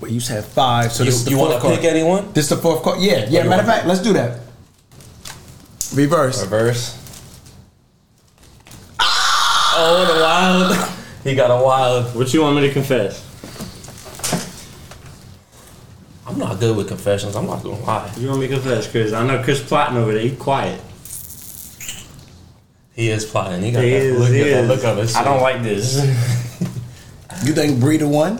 S3: Well, you said five, so
S2: You,
S3: this is the
S2: you want
S3: fourth
S2: to pick
S3: card.
S2: anyone?
S3: This is the fourth card. Yeah, yeah.
S2: you
S3: Matter of
S2: want?
S3: fact, let's do that. Reverse.
S2: Reverse. Oh, the wild. He got a wild.
S4: What you want me to confess?
S2: I'm not good with confessions. I'm not gonna lie.
S4: You want me to confess, Chris? I know Chris plotting over there. He quiet.
S2: He is plotting. He got
S4: He
S2: that,
S4: is,
S2: look,
S4: he
S2: at that
S4: is.
S2: look on his
S4: I don't like this.
S3: You think Breeder won?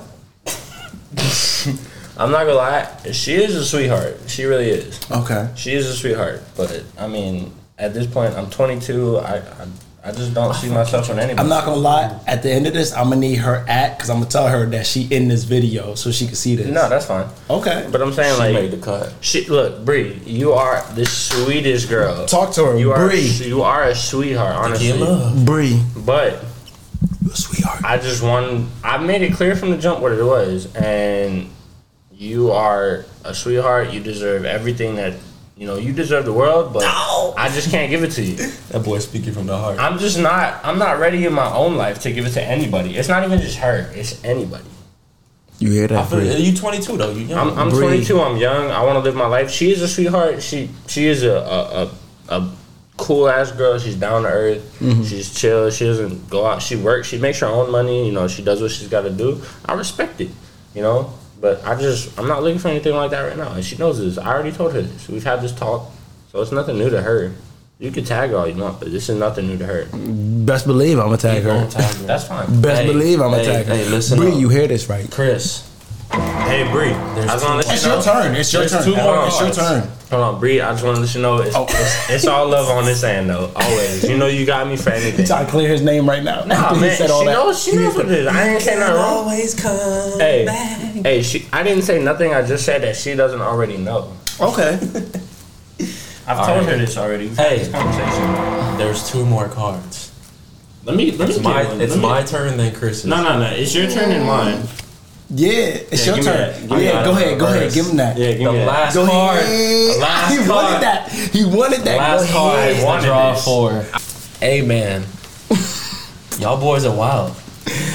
S4: I'm not gonna lie. She is a sweetheart. She really is.
S3: Okay.
S4: She is a sweetheart, but I mean, at this point, I'm 22. I I, I just don't see myself in anybody.
S3: I'm not gonna lie. At the end of this, I'm gonna need her at because I'm gonna tell her that she in this video so she can see this.
S4: No, that's fine.
S3: Okay.
S4: But I'm saying
S2: She
S4: like,
S2: made the cut.
S4: she, look, Bree, you are the sweetest girl.
S3: Talk to her,
S4: You are
S3: Bree.
S4: you are a sweetheart,
S2: Get
S4: honestly.
S2: love.
S3: Bree,
S4: But
S3: you a sweetheart.
S4: I just want I made it clear from the jump what it was, and you are a sweetheart. You deserve everything that you know. You deserve the world, but I just can't give it to you.
S2: That boy speaking from the heart.
S4: I'm just not. I'm not ready in my own life to give it to anybody. It's not even just her. It's anybody.
S7: You hear
S2: I
S7: that,
S2: feel,
S7: Bree?
S2: you 22 though. You young.
S4: I'm, I'm 22. I'm young. I want to live my life. She is a sweetheart. She she is a a, a, a cool ass girl. She's down to earth. She's chill. She doesn't go out. She works. She makes her own money. You know, she does what she's got to do. I respect it. You know, but I just I'm not looking for anything like that right now. And she knows this. I already told her this. We've had this talk, so it's nothing new to her. You can tag her all you want, but this is nothing new to her.
S3: Best believe I'm gonna tag her.
S4: That's fine.
S3: Best
S2: Hey,
S3: believe I'm gonna
S2: hey,
S3: tag her.
S2: hey, listen
S3: Bree,
S2: up.
S3: you hear this right?
S2: Chris.
S4: Hey Bree, I was
S2: two
S4: gonna let you
S3: It's
S4: know-
S3: your turn. It's your
S4: There's
S3: turn.
S4: two more
S3: It's your
S4: cards.
S3: turn.
S4: Hold on, Bree. I just want to let you know it's,
S3: Oh.
S4: it's, it's all love on this end, though. Always, you know, you got me for
S3: [LAUGHS]
S4: anything.
S3: He's trying to clear his name right now.
S4: Nah,
S3: After [LAUGHS] he
S4: man, she
S3: said all that.
S4: knows. She knows what it is. I ain't saying nothing wrong.
S2: Always come
S4: Hey, hey, she. I didn't say nothing. I just said that she doesn't already know.
S3: Okay.
S1: I've told her this already. We've
S2: Hey.
S1: had this conversation.
S2: There's two more cards.
S4: Let me. Let
S2: It's
S4: me
S2: my
S4: get one.
S2: it's
S4: Let me-
S2: my turn then Chris's.
S4: No, no, no. It's your Oh, turn and mine.
S3: [LAUGHS] Yeah, it's
S1: Yeah,
S3: your
S1: give me
S3: turn.
S1: that. Give me
S3: yeah,
S1: that.
S3: go ahead, go ahead, give him that.
S4: Yeah, give
S2: The
S4: me that.
S2: last
S3: Go
S2: card.
S3: ahead.
S2: The last
S3: [LAUGHS] he
S4: [LAUGHS]
S3: wanted
S2: card.
S3: that. He wanted that.
S2: Last
S3: go
S2: card
S3: ahead.
S2: is
S1: wanted
S2: the draw
S1: this.
S2: four. Hey man, y'all boys are wild.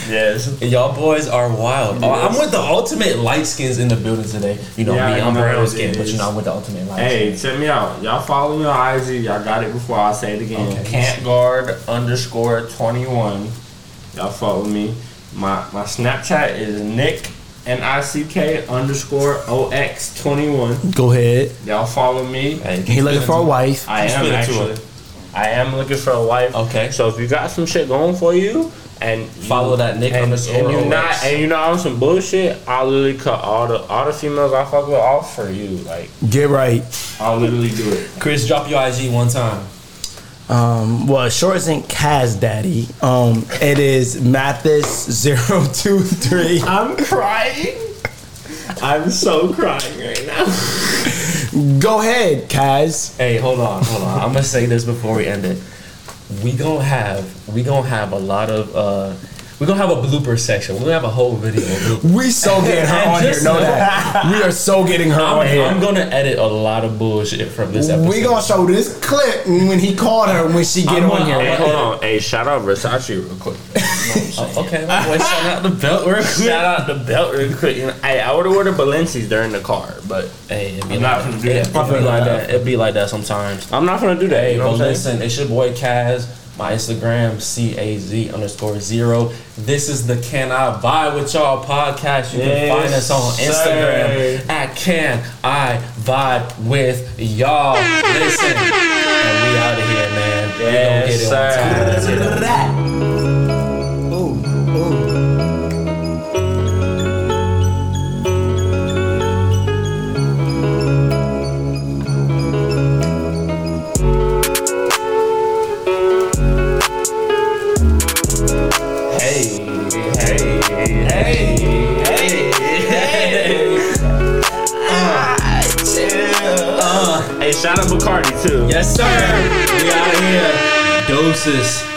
S1: Yeah, it's
S2: Y'all boys are wild. Oh, I'm with the ultimate light skins in the building today. You know
S1: Yeah,
S2: me,
S1: I
S2: I'm
S1: know
S2: brown
S1: it
S2: skin, but
S1: is.
S2: you know I'm with the ultimate light. skin.
S1: Hey, check me out. Y'all follow me on IG. Y'all got it before I say it again.
S2: Okay.
S1: Can't guard underscore 21. Y'all follow me. My my Snapchat is Nick N I C K underscore O X 21.
S3: Go ahead.
S1: Y'all follow me.
S2: Hey,
S3: He looking for a wife.
S1: I am
S2: Spit it to
S1: actually. I am looking for a wife.
S2: Okay.
S4: So if you got some shit going for you and
S2: Follow that Nick
S4: and,
S2: underscore
S4: and you
S2: OX.
S4: not and you not on some bullshit, I'll literally cut all the all the females I fuck with off for you. Like
S3: Get right.
S1: I'll literally do it.
S2: Chris, drop your IG one time.
S3: Um, well, short isn't Kaz Daddy. Um, it is Mathis023.
S1: I'm crying. I'm so crying right now.
S3: Go ahead, Kaz.
S2: Hey, hold on, hold on. I'm gonna say this before we end it. We gonna have we gonna have a lot of uh we gonna have a blooper section. We're gonna have a whole video. of bloopers.
S3: We so getting her
S2: And
S3: on here.
S2: just
S3: Know
S2: know-
S3: that. We are so getting her on
S2: I'm, I'm
S3: here.
S2: gonna edit a lot of bullshit from this episode.
S3: We gonna show this clip when he called her when she get
S2: I'm
S3: on
S2: gonna-
S3: here.
S4: Hey, hold on. Hey, shout out Versace real quick.
S2: Oh, okay, my boy, shout out the belt real quick.
S4: shout out the belt real quick. You know, hey, I would have ordered Balenci's during the car, but
S2: Hey, it'd be
S1: I'm
S2: like
S1: not gonna
S2: that.
S1: do that.
S2: It'd be like that. It'd be like that sometimes.
S4: I'm not gonna do that.
S2: Hey,
S4: you know
S2: but
S4: what I'm saying?
S2: listen, it's your boy Kaz. My Instagram, C A Z underscore zero. This is the Can I Buy With Y'all podcast. You can
S4: Yes,
S2: find us on
S4: sir.
S2: Instagram at Can I Vibe With Y'all. Listen, and we out of here, man.
S4: Yes,
S2: we gonna get it on time.
S4: sir.
S2: Let's get it.
S4: Hey, shout out Bacardi too.
S2: Yes, sir. We out of here. Doses.